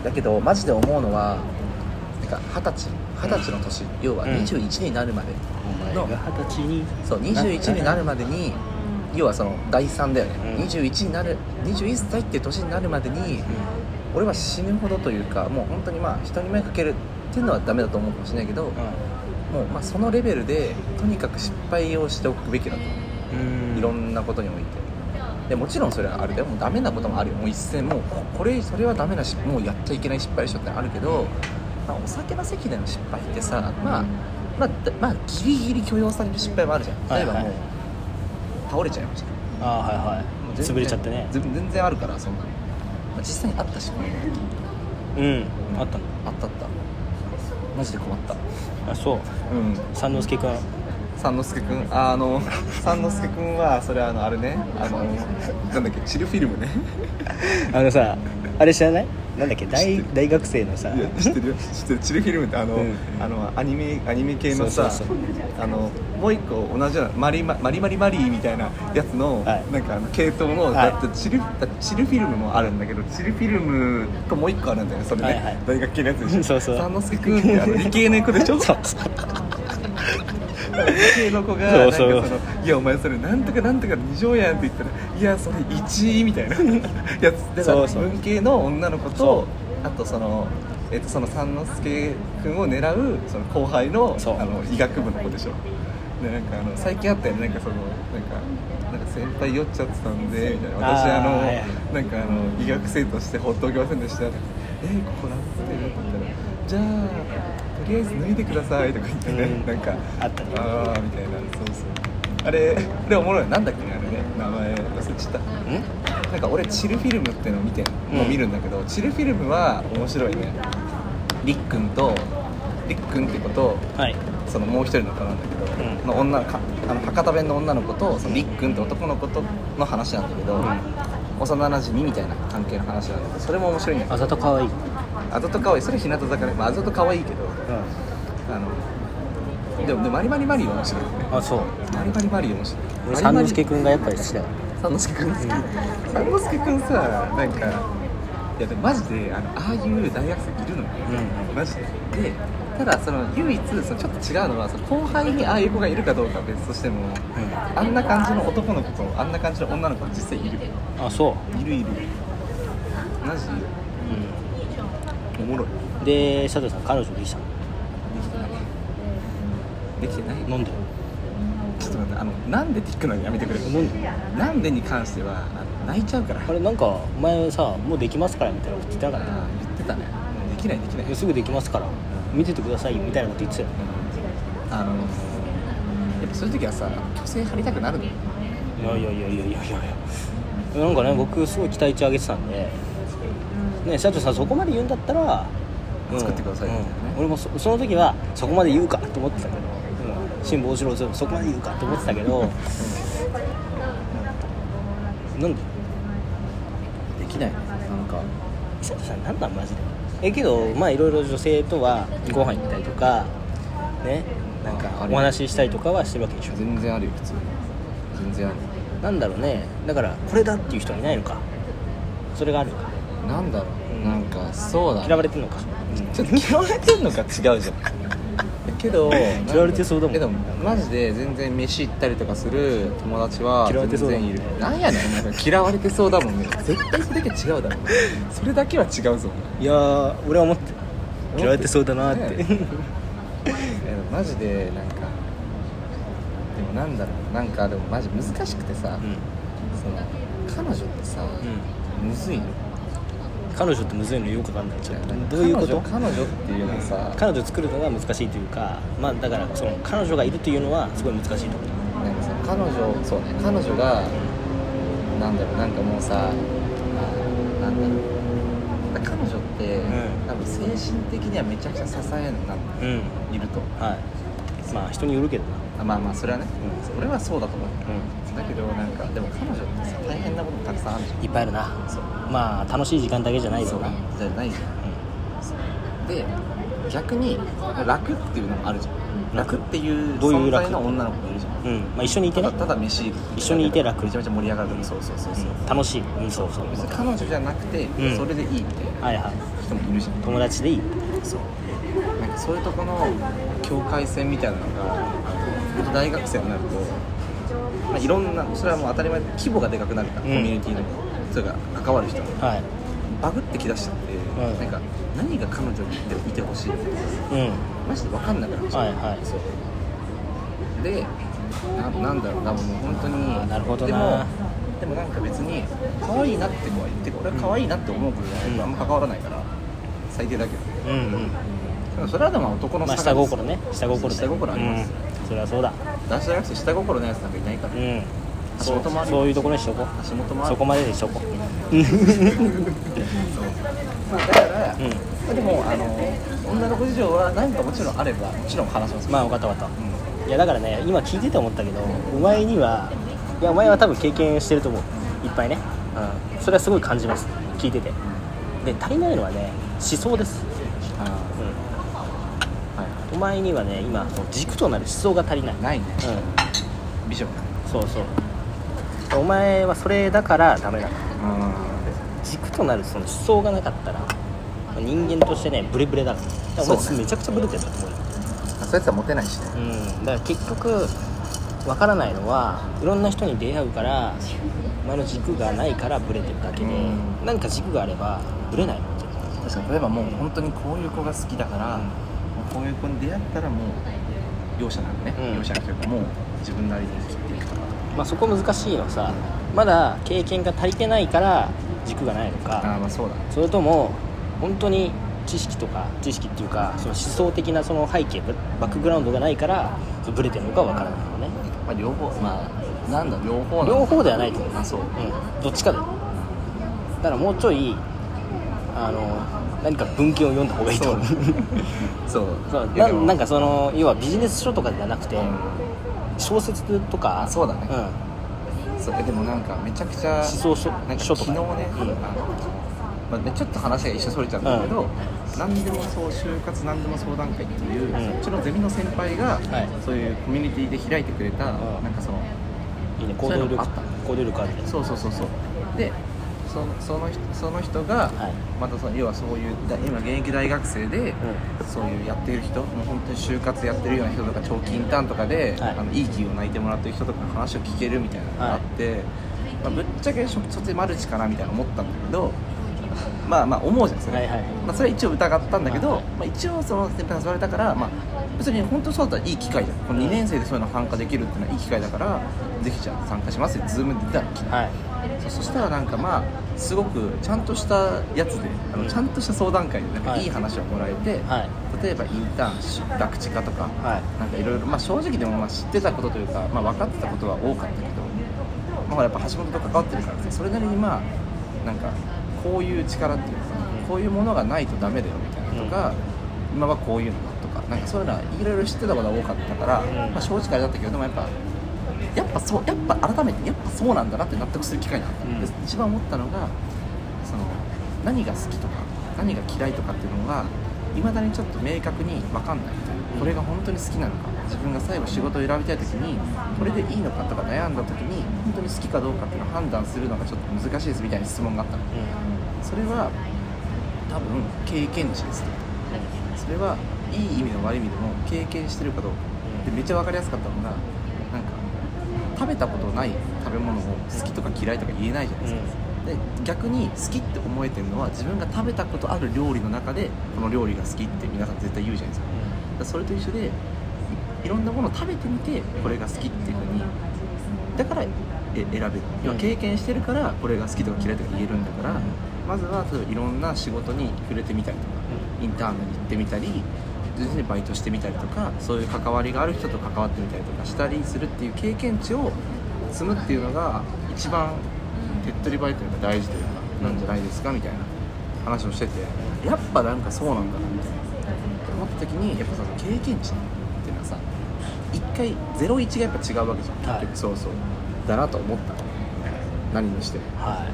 B: だけどマジで思うのはなんか二十歳二十歳の年、要は
A: うん
B: 21になるまで、
A: お前が二十歳に
B: そう21になるまでに要はその概算だよね、
A: うん
B: 21になる21歳っていう年になるまでに
A: う
B: 俺は死ぬほどというかもう本当にまあ人に迷惑かけるっていうのはダメだと思うかもしれないけ
A: ん
B: ど、もうまあそのレベルでとにかく失敗をしておくべきだと、
A: うん
B: いろんなことにおいてでもちろんそれはあれだよもうダメなこともあるよもう一線もうここれそれはダメなしもうやっちゃいけない失敗でしょってあるけど、まあ、お酒の席での失敗ってさまあまあ、だまあ、ギリギリ許容される失敗もあるじゃん
A: は
B: 例
A: い
B: えばもう、
A: はい
B: 倒れちゃいました
A: ああはい
B: も
A: は
B: う
A: い
B: 全然
A: 潰れちゃってね
B: 全全然あるからそんなの、まあ、実際にあったしこの時
A: うんあったの
B: あったあったマジで困った
A: あそう
B: うん
A: 三之助君
B: 三之助くんああの三之助くんはそれあのあれねあのなんだっけチルフィルムね
A: あのさあれ知らないなんだっけ
B: 知っ
A: 大
B: てる
A: 大学生のさ
B: いや知ってるよ知ってるチルフィルムってあの、
A: うん
B: あのアニメアニメ系のさ
A: そうそう
B: あのもう一個同じようなマリママリマリマリーみたいなやつの、
A: はい
B: なんかあの系統の、
A: はい
B: だってチルだチルフィルムもあるんだけどチルフィルムともう一個あるんだよねそれね、
A: はいはい
B: 大学系のやつでしょ
A: そうそう
B: 三之助くんってあの理系の子でしょ
A: そう
B: 系の子がなんかそ
A: そう
B: の
A: そう
B: いやお前それなんとかなんとか二乗やん」って言ったら「いやそれ1位」みたいなやつだから
A: そうそう
B: 文系の女の子
A: そ
B: とあとその。えっと、その三之助君を狙うその後輩の
A: そう
B: あの医学部の子でしょでなんかあの最近あったよねなんかそのなんかなんか先輩酔っちゃってたんでみたいな私あ
A: あー
B: の
A: はい
B: なんかあの医学生として放っておけませんでしたって「えー、ここなんつってる?」って言ったら「じゃあとりあえず脱いでください」とか言ってね、
A: うん
B: なんか
A: あったね
B: ああみたいなそうそうあれあれおもろいなんだっけねあれね名前忘れちゃった
A: ん
B: なんか俺チルフィルムってのを見てもう見るんだけど、チルフィルムは面白いねりっくんとりっくんって子と
A: はい
B: そのもう一人の子なんだけど、
A: うん
B: の女かあの博多弁の女の子とそのりっくんって男の子との話なんだけど、幼なじみみたいな関係の話なんだけどそれも面白いんだけ
A: あざとかわいい
B: どあざとかわいいそれ日向坂ね、まあ、あざとかわいいけどあのでもでもマリマリマリーは面白いね
A: あそう
B: マリマリマリー面白い
A: 俺三之助君がやっぱり好きだか
B: 三之助くん好き三之助くんさなんかいやでもマジであのああいう大学生いるのよ、
A: う
B: マジででただその唯一そのちょっと違うのはその後輩にああいう子がいるかどうかは別としても、あんな感じの男の子とあんな感じの女の子は実際いるい
A: らあそ
B: るいるマジ
A: う、
B: おもろい
A: うん、で佐藤さん彼女できた
B: できてないできてない
A: の飲んで
B: ちょっと待ってあのなんでって聞くのやめてくれる
A: なんで
B: なんでに関してはあの泣いちゃうから
A: あれなんかお前さもうできますからみたいなこと言ってなかった
B: あー言ってたねもうできないできない
A: いやすぐできますから見ててくださいよみたいなこと言ってたよ
B: あのやっぱそういう時はさ虚勢張りたくなるのよ
A: いやいやいやいやいやいやいやなんかね僕すごい期待値上げてたんでね社長さんそこまで言うんだったら、うん
B: 作ってくださいみたいなね
A: うん俺もそその時はそこまで言うかと思ってたけど、うん、辛抱しろそこまで言うかと思ってたけど、なんで
B: できないなんか
A: 久々になんなんマジでえけどまあいろいろ女性とはご飯行ったりとかねなん
B: あ
A: か
B: ある
A: お話ししたりとかはしてるわけでしょ
B: 全然あるよ普通に全然ある
A: なんだろうねだからこれだっていう人はいないのかそれがあるのか
B: うなんだろ
A: うん
B: うなんかそうだ
A: 嫌わ
B: ね
A: れてんのか、うん
B: ちょっと嫌われてんのか違うじゃんけど
A: 嫌われてそうだもん
B: えでもマジで全然飯行ったりとかする友達は
A: 嫌われてそうだもん
B: 全然いるなんやねんお前嫌われてそうだもんね絶対それだけ違 うだろそれだけは違うぞ
A: いやー俺は思って嫌われてそうだなって、
B: ねえでもマジでなんかでもなんだろうなんかでもマジ難しくてさ、
A: うん
B: その彼女ってさ、むずいの
A: 彼女ってむずいのよくわかんないちょっと
B: なんか
A: どういうこと
B: 彼女彼女っていうのはさ、
A: 彼女作るのが難しいというかまあだからその彼女がいるというのはすごい難しいと思う
B: なんかさ彼女そうね彼女がなんだろうなんかもうさあーなんだろうだから彼女って、
A: うん
B: 多分精神的にはめちゃくちゃ支えな
A: うん
B: いると
A: はいまあ人によるけどな
B: あまあまあそれはね、俺はそうだと思う
A: う
B: だけどなんかでも彼女ってさ大変なこともたくさんあるじゃん
A: んいっぱいあるな
B: そう
A: まあ楽しい時間だけじゃないぞな
B: じゃないじゃんで逆に楽っていうのもあるじゃん
A: 楽
B: 楽っていう
A: どうい
B: 存
A: う楽
B: 在の女の子もいるじゃん
A: うん、うんまあ、一緒にいて
B: た
A: ね
B: だただ飯行く
A: 一緒にいて楽
B: めちゃめちゃ盛り上がるとかそうそうそうそう
A: 楽しいうんそうそう
B: 別に彼女じゃなくて、
A: うん
B: それでいいみた
A: は
B: い
A: いはい
B: な人もいるじゃん
A: 友達でいい
B: そうなんかそういうとこの境界線みたいなのが本当大学生になると、まあ、いろんなそれはもう当たり前で規模がでかくなるから、
A: うん
B: コミュニティのそれが関わる人も
A: はい
B: バグってきだしちゃって、
A: うん
B: なんか何が彼女にいてほしいって
A: うん
B: マジで分かんなくなっちゃう、
A: はいはい
B: そうでななんだろうなもう本当
A: あー
B: に
A: なるほど
B: で
A: な
B: もでもなんか別に可愛いなって子は言って俺は可愛いなって思うことじゃない
A: うん
B: とあんま関わらないから最低だけど
A: うんうん
B: でもそれはでも男の
A: まあ
B: が
A: 下心ね下心だ
B: 下
A: よ
B: 心あります、
A: うん、それはそうだ
B: 男子大学生下心のやつなんかいないから、
A: うん
B: 足元もある
A: そういうところにしとこ
B: 足元
A: う
B: もある
A: そこまでにしとこ
B: まあだから、
A: ううん
B: でもあの女の子事情は何かもちろんあればもちろん話します
A: まあ分かった分かっ
B: うん
A: たいやだからね今聞いてて思ったけどお前にはいやお前は多分経験してると思ういっぱいね
B: あ
A: それはすごい感じます聞いててで足りないのはね思想です、う
B: あは
A: ん、お前にはね今その軸となる思想が足りない、
B: いないね
A: う
B: ビジョンが
A: ん、そうそうお前はそれだからダメなの軸となるその思想がなかったら人間としてねブレブレだからだからお
B: そう
A: 前
B: ね
A: めちゃくちゃブレてると思うよ
B: そうやつはモテないしね
A: うん、だから結局わからないのはいろんな人に出会うからお前の軸がないからブレてるだけで
B: うん
A: 何か軸があればブレないのって
B: 確かに例えばもう本当にこういう子が好きだから、もうこういう子に出会ったらもう容赦なくね、
A: うん
B: 容赦なくというかもう自分なりに生きていくから
A: まあ、そこ難しいのはさまだ経験が足りてないから軸がないの
B: ああ
A: か
B: まあそうだ
A: それとも本当に知識とか知識っていうかその思想的なその背景バックグラウンドがないからそのブレてるのかわからないのね、
B: まあ両方まあなんだ両方なんだ
A: 両方ではないと思う
B: あそう
A: うん、どっちかだよだからもうちょいあの何か文献を読んだ方がいいと思う
B: そうそう
A: そう
B: いや
A: な
B: でも
A: なんかその要はビジネス書とかじゃなくて、
B: う
A: 小説とか
B: あそうだね
A: ん、思
B: んそうえでもなんかめちゃくちゃ
A: 想書
B: なんか
A: 書
B: 昨
A: と
B: 日
A: か
B: ね、あのまあね、ちょっと話が一緒それちゃったんだけど、何でもそう就活何でも相談会っていう、
A: ん
B: うそっちのゼミの先輩
A: は
B: が、
A: い
B: そういうコミュニティで開いてくれた、
A: うん
B: なんかその
A: いいね行
B: そういう
A: 動
B: の
A: 力
B: あった
A: 行動力あるね
B: そうそうそうそうでそのその人その人が、
A: はい
B: またその要はそういうだ今現役大学生で、そういうやってる人もう本当に就活やってるような人とか長期インターンとかで、
A: はい
B: い、あのいい企業内定もらってる人とかの話を聞けるみたいなのがあって、まあ、ぶっちゃけ職卒でマルチかなみたいな思ったんだけどまあまあ思うじゃないですか、
A: はいはい
B: まあ、それは一応疑ったんだけど、
A: はい
B: まあ、一応その先輩に誘われたから、まあ、別に本当そうだったらいい機会だこの2年生でそういうの参加できるっていうのはいい機会だからぜひじゃあ参加しますってズームで出たの
A: はい
B: そうそしたらなんかまあすごくちゃんとしたやつであ
A: う
B: の
A: ん
B: ちゃんとした相談会でなんか
A: はい
B: いい話をもらえて、
A: はい
B: 例えばインターンし楽地化とか、
A: はい
B: なんかいろいろまあ正直でもまあ知ってたことというか、まあ、分かってたことは多かったけど、まあ、ほらやっぱ橋本と関わってるからさそれなりにまあなんかこういう力っていうかこういうものがないとダメだよみたいなのとか、今はこういうのだとかなんかそういうのはいろいろ知ってたことが多かったから、
A: ん
B: まあ、正直あれだったけどでもやっぱやっぱそうやっぱ改めてやっぱそうなんだなって納得する機会があった、
A: うん
B: で一番思ったのがその何が好きとか何が嫌いとかっていうのがいまだにちょっと明確に分かんないというか、これが本当に好きなのか自分が最後仕事を選びたい時にこれでいいのかとか悩んだ時に本当に好きかどうかっていうのを判断するのがちょっと難しいですみたいな質問があったのそれは多分経験値ですとそれはいい意味でも悪い意味でも経験してるかどうかでめっちゃ分かりやすかったのがなんか食べたことない食べ物を好きとか嫌いとか言えないじゃないですか、で逆に好きって思えてるのは自分が食べたことある料理の中でこの料理が好きって皆さん絶対言うじゃないですかだからそれと一緒でいいろんなものを食べてみてこれが好きっていうふうにだからえ選べる要は経験してるからこれが好きとか嫌いとか言えるんだからまずは例えばいろんな仕事に触れてみたりとかインターンに行ってみたり実にバイトしてみたりとかそういう関わりがある人と関わってみたりとかしたりするっていう経験値を積むっていうのが一番手っ取り早いというか大事というかなんじゃないですかみたいな話をしててやっぱなんかそうなんだなみたいなって思った時にやっぱその経験値っていうのはさ一回01がやっぱ違うわけじゃん、
A: はい
B: 結局そうそうだなと思った何にしても
A: は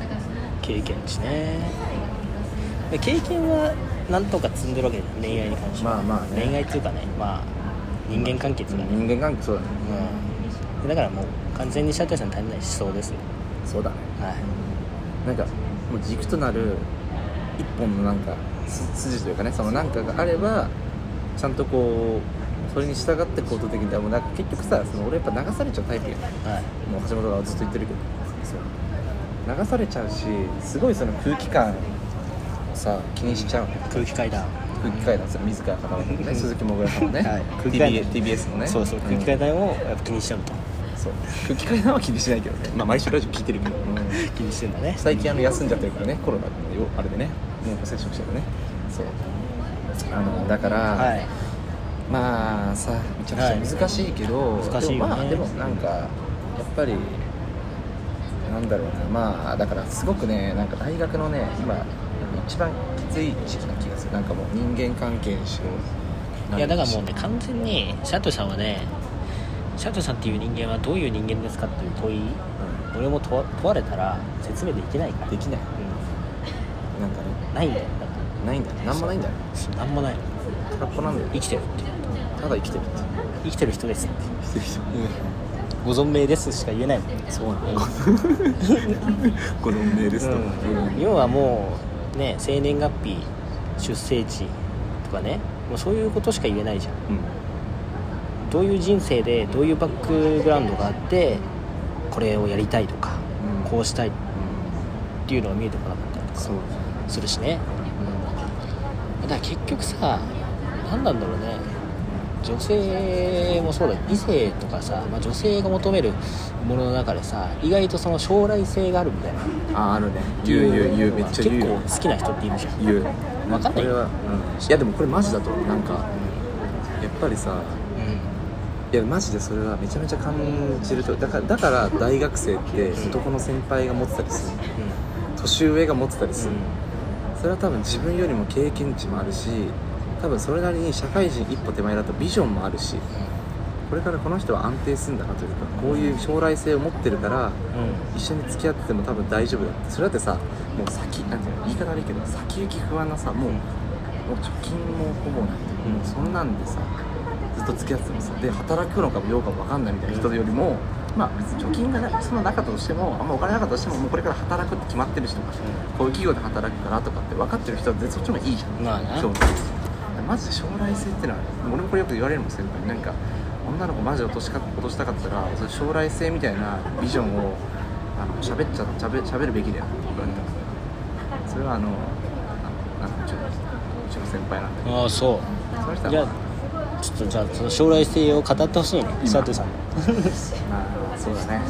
A: い経験値ねで経験はなんとか積んでるわけじゃん恋愛に関しては
B: まあまあね
A: 恋愛っていうかねまあ人間関係っていうかね、
B: 人間関係そうだね
A: うんでだからもう完全に社長さんに足りない思想ですよ
B: そうだね
A: はい
B: なんかもう軸となる一本のなんかす筋というかねそのなんかがあればちゃんとこうそれに従って行動的にでもなんか結局さその俺やっぱ流されちゃうタイプやん
A: はい
B: もう橋本がずっと言ってるけどそう流されちゃうしすごいその空気感をさ気にしちゃうの
A: 空気階段
B: 空気階段さ自ら絡めてね鈴木もぐらさんもね、
A: はい空気階
B: TBS,
A: 段
B: TBS のね
A: そうそう空気階段をやっぱ気にしちゃうと
B: うんそう空気階段は気にしないけどね、まあ、毎週ラジオ聞いてるけど、
A: 気にしてんだね
B: 最近あの休んじゃってるからねコロナのよあれでね濃厚接触してるねそうあのだから、
A: はい
B: まあさめちゃくちゃ難しいけど、
A: 難しいよね
B: でもまあでもなんかやっぱりなんだろうなまあだからすごくねなんか大学のね今一番きつい時期な気がするなんかもう人間関係にしろ
A: いやだからもうね完全にシャトさんはねシャトさんっていう人間はどういう人間ですかっていう問い俺も問わ問われたら説明できないから
B: うん、できない
A: うん
B: なんかね
A: ないんだよだか
B: ないんだねなんもないんだね
A: らなんもない
B: 空っ ぽなんだよ
A: 生きてるっていう
B: ただ生きてるって
A: 生きてる人ですって
B: 生きてる人
A: ご存命ですしか言えないもんね
B: そ うな
A: うん
B: の子供命ですとか、
A: うん要はもうね生年月日出生地とかねもうそういうことしか言えないじゃんどういう人生でどういうバックグラウンドがあってこれをやりたいとか、
B: うん
A: こうしたいっていうのが見えてこなかったりとか
B: そう
A: するしねだから結局さ何なんだろうね女性もそうだよ異性とかさ、まあ、女性が求めるものの中でさ意外とその将来性があるみたいな
B: あああるね言う言う言うめっちゃ言う
A: 結構好きな人っているじゃん
B: 言う
A: わかん
B: こ
A: ない
B: れ
A: よ、
B: は、うん、いやでもこれマジだと思うなんかやっぱりさいやマジでそれはめちゃめちゃ感じるとだからだから大学生って男の先輩が持ってたりする
A: うん
B: 年上が持ってたりす
A: う
B: る、
A: ん
B: それは多分自分よりも経験値もあるし多分それなりに社会人一歩手前だとビジョンもあるしこれからこの人は安定するんだなというかこういう将来性を持ってるから
A: うんうん
B: 一緒に付き合ってても多分大丈夫だってそれだってさもう先なんていうの言い方悪いけど先行き不安なさもうもう貯金もほぼない、もうそんなんでさずっと付き合っててもさで働くのかもどうかも分かんないみたいな人よりも、まあ別に貯金がなそんななかったとしてもあんまお金なかったとしてももうこれから働くって決まってる人とか、こういう企業で働くからとかって分かってる人は絶対そっちの方がいいじゃん
A: まあな
B: そうマジで将来性ってのは俺もこれよく言われるもん先輩になんか女の子マジで落としか落としたかったらその将来性みたいなビジョンをあの喋っちゃ喋喋るべきだよって言われたそれはあのあのなんかうちのうちの先輩なんで
A: ああそ
B: その人
A: う
B: は
A: じゃ
B: まあ
A: あちょっとじゃあその将来性を語ってほしいね佐藤さんに
B: まあそうだね、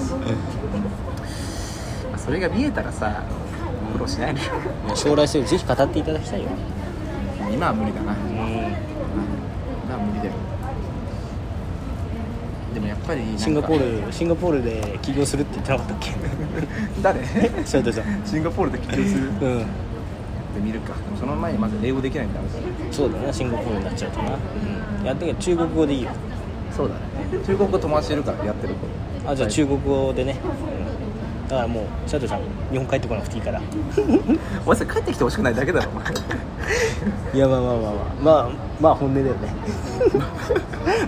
B: まあ、それが見えたらさあの苦労しないでよ
A: いや将来性をぜひ語っていただきたいよ
B: 今は無理だな
A: うん
B: 今は無理だよでもやっぱりなんか
A: シンガポールシンガポールで起業するって言ってなかったっけ
B: 誰
A: 佐藤さん
B: シンガポールで起業する
A: うん
B: で見るかでもその前にまず英語できないんだろう
A: そうだなシンガポールになっちゃうとなうんやったけど中国語でいいよ
B: そうだね中国語友達いるからやってる子
A: あじゃあ中国語でねうんだからもう佐藤さん日本帰ってこなくていいから
B: お前さ帰ってきてほしくないだけだろお前
A: いやまあまあまあまあまあまあ本音だよね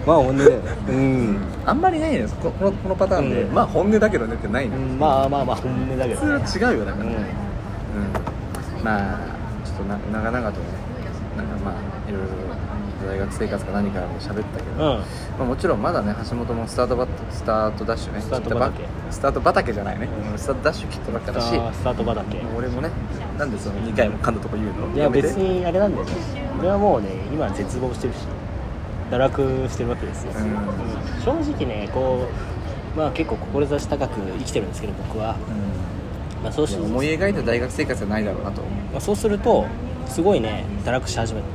A: まあ本音だよねうん、
B: あんまりないねここのこのパターンで、
A: うん
B: まあ本音だけどねってないの、
A: うんまあまあまあ本音だけど、
B: 普
A: ね、
B: 通は違うよだから、
A: うん
B: うんまあちょっとな長々とねなんかまあいろいろ大学生活か何からも喋ったけ
A: う
B: ど、
A: ん
B: まあ、もちろんまだね橋本もスタートバッスタートダッシュね
A: スタート畑
B: 切ったばスタート畑じゃないね、
A: うん
B: スタートダッシュ切ったばっか
A: ス
B: だ
A: タ
B: し
A: スタート場だけ
B: 俺もねなんでその2回も噛んだとこ言うの
A: いや
B: めて
A: 別にあれなんだよね俺はもうね今絶望してるし堕落してるわけですよ、
B: うん
A: うん正直ねこうまあ結構志高く生きてるんですけど僕は、まあ、そう
B: い
A: し
B: や思い描いた大学生活じゃないだろうなと思う、
A: まあ、そうするとすごいね堕落し始める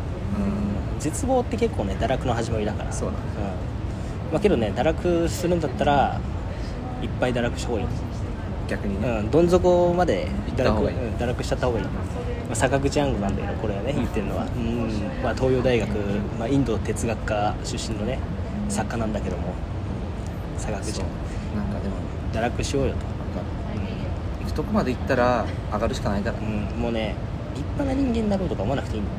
B: うん、
A: 絶望って結構ね堕落の始まりだから
B: そうだね
A: うんまあ、けどね堕落するんだったらいっぱい堕落した方がいい、
B: 逆にね、
A: うん、どん底まで
B: 行っ
A: 堕
B: た
A: 落,、
B: 方
A: う
B: がいい
A: ん、堕落しちゃった方がいい、まあ、坂口暗号なんだよねこれはね言ってるのは、うんまあ、東洋大学、まあ、インド哲学科出身のね作家なんだけども坂口
B: そうなんかでも
A: 堕落しようよと、
B: なんか行くとこまで行ったら上がるしかないから、
A: うんもうね立派な人間になろうとか思わなくていいんだよ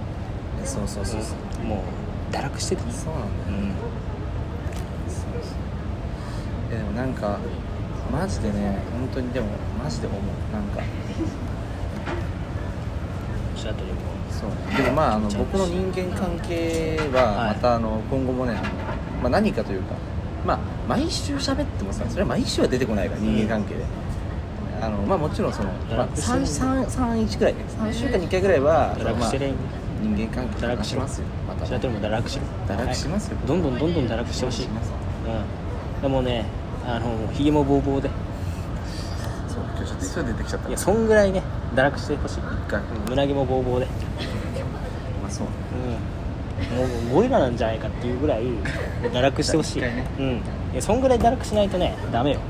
B: そうそうそうそう、
A: うんもう堕落してた
B: そうなん
A: う
B: だよ
A: ん
B: いやでもなんかマジでね本当にでもマジで思うなんか
A: おっしゃる通りも
B: そうでもまああの
A: ちゃうし
B: 僕の人間関係は
A: はい
B: またあの今後もねあの、まあ、何かというかまあ毎週喋ってもさそれは毎週は出てこないから人間関係で、あのまあもちろんその、まあ、3, 3, 3 1くらい3週間に1回ぐらいは
A: 堕落してりゃいいんだよ
B: 人間関係
A: 堕落
B: 話
A: し
B: し
A: ろ
B: ますよまた
A: 白鳥も堕落しろ
B: 堕落しますよ
A: はいどんどんどんどん堕落してほしい、う
B: ます
A: ん、でもねあのひげもぼうぼうで
B: そう今日ちょっとすぐ出てきちゃった
A: いやそんぐらいね堕落してほしい
B: 一回
A: うん胸毛もぼうぼうで、
B: まあそう
A: うん、もうゴリラなんじゃないかっていうぐらい堕落してほしい,、
B: 一回ね
A: うん、いやそんぐらい堕落しないとねダメよ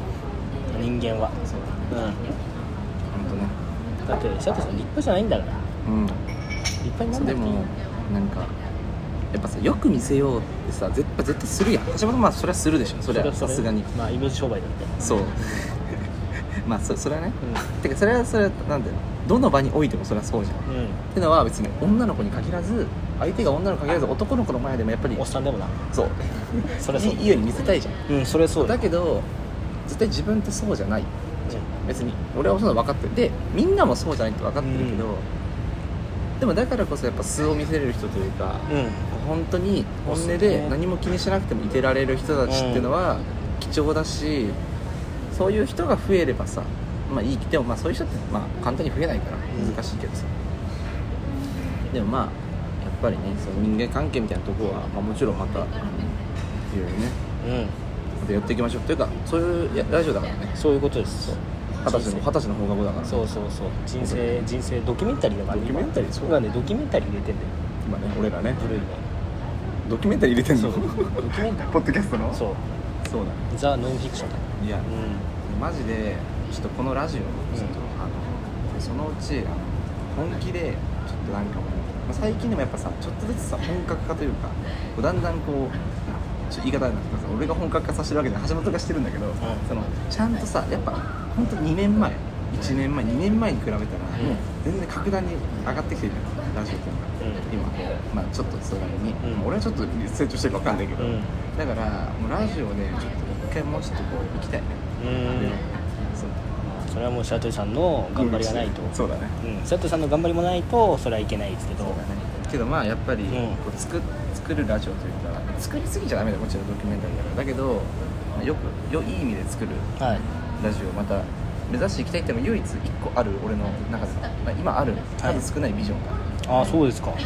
A: 人間は、
B: そ
A: う
B: う本当ね
A: ん、だって白鳥さん立派じゃないんだから
B: うん
A: 立派にな
B: そ
A: ん
B: う
A: な
B: で
A: くていい
B: もなんかやっぱさよく見せようってさ絶対絶対するやん橋本まあそれはするでしょそれは
A: そ
B: さ
A: れ
B: すがに
A: まあイメージ商売だって
B: そう まあそそれはね
A: う
B: てかそれはそれはなんだよどの場においてもそれはそうじゃんっ
A: ん、
B: てのは別に女の子に限らず相手が女の子に限らず男の子の前でもやっぱり
A: うん、おっさんでもな
B: そう
A: それそう
B: いいいように見せたいじゃん
A: うんそれそう
B: だ
A: よ
B: けど絶対自分ってそうじゃない
A: うん
B: 別に俺はそういうの分かってるでみんなもそうじゃないって分かってるけど、でもだからこそやっぱ素を見せれる人というか、
A: うん
B: 本当に本音で何も気にしなくてもいてられる人たちっていうのは貴重だし、そういう人が増えればさまあいいでもまあそういう人ってまあ簡単に増えないから
A: うん
B: 難しいけどさ、でもまあやっぱりねその人間関係みたいなところは、まあ、もちろんまたあのいろいろね
A: うん
B: またやっていきましょうというかそういうやラジオだからね
A: そういうことです
B: 二十歳の二十歳の放課後だから
A: そうそうそう人生人生ドキュメンタリーだから
B: ドキュメンタリーそう
A: 今ねドキュメンタリー入れてんだよ
B: 今ね俺らね
A: ブルーにね
B: ドキュメンタリー入れてん
A: そう
B: の
A: ドキュメンタリ
B: ポッドキャストの
A: ーそう
B: うそうだね
A: ザ・ノンフィクションだ
B: いや
A: う
B: マジでちょっとこのラジオちょっと、あのそのうちあの本気でちょっとなんかもう、まあ最近でもやっぱさちょっとずつさ本格化というかこうだんだんこうちょっと言い方なんだけどさ俺が本格化させてるわけで橋本がしてるんだけど、そのちゃんとさやっぱ本当2年前1年前2年前に比べたらもう全然格段に上がってきてるじゃんラジオっていうのが。
A: ん
B: 今こう、まあ、ちょっとそれなりに、
A: うん
B: 俺はちょっと成長してるか分かんないけど、
A: うん
B: だからもうラジオねちょっと一回もうちょっとこう行きたいね
A: うん
B: そう
A: それはもう白鳥さんの頑張りがないと
B: そうだね
A: うん白鳥さんの頑張りもないとそれはいけないですけど
B: けどまあやっぱり
A: ん
B: こう作作るラジオというか作りすぎちゃダメだよもちろんドキュメンタリーだからだけど、まあよくよいい意味で作る
A: はい
B: ラジオをまた目指していきたいっていうのも唯一1個ある俺の中で、まあ、今ある数少ないビジョンが、
A: ああそうですか
B: うん
A: いや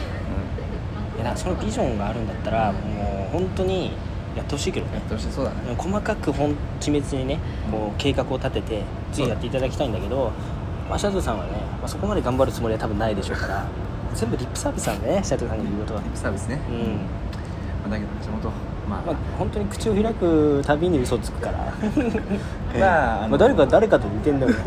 A: だからそのビジョンがあるんだったらもう本当にやってほしいけどね
B: やってほしいそうだね
A: 細かく本緻密にねこう計画を立てて次やっていただきたいんだけど、まあ、シャトルさんはね、まあ、そこまで頑張るつもりは多分ないでしょうから全部リップサービスなんでねシャトルさんの言うことは
B: リップサービスね、
A: うん
B: まあ、だけど橋本まあ、
A: まあ本当に口を開くたびに嘘つくから
B: まああの
A: まあ誰か誰かと似てんだよね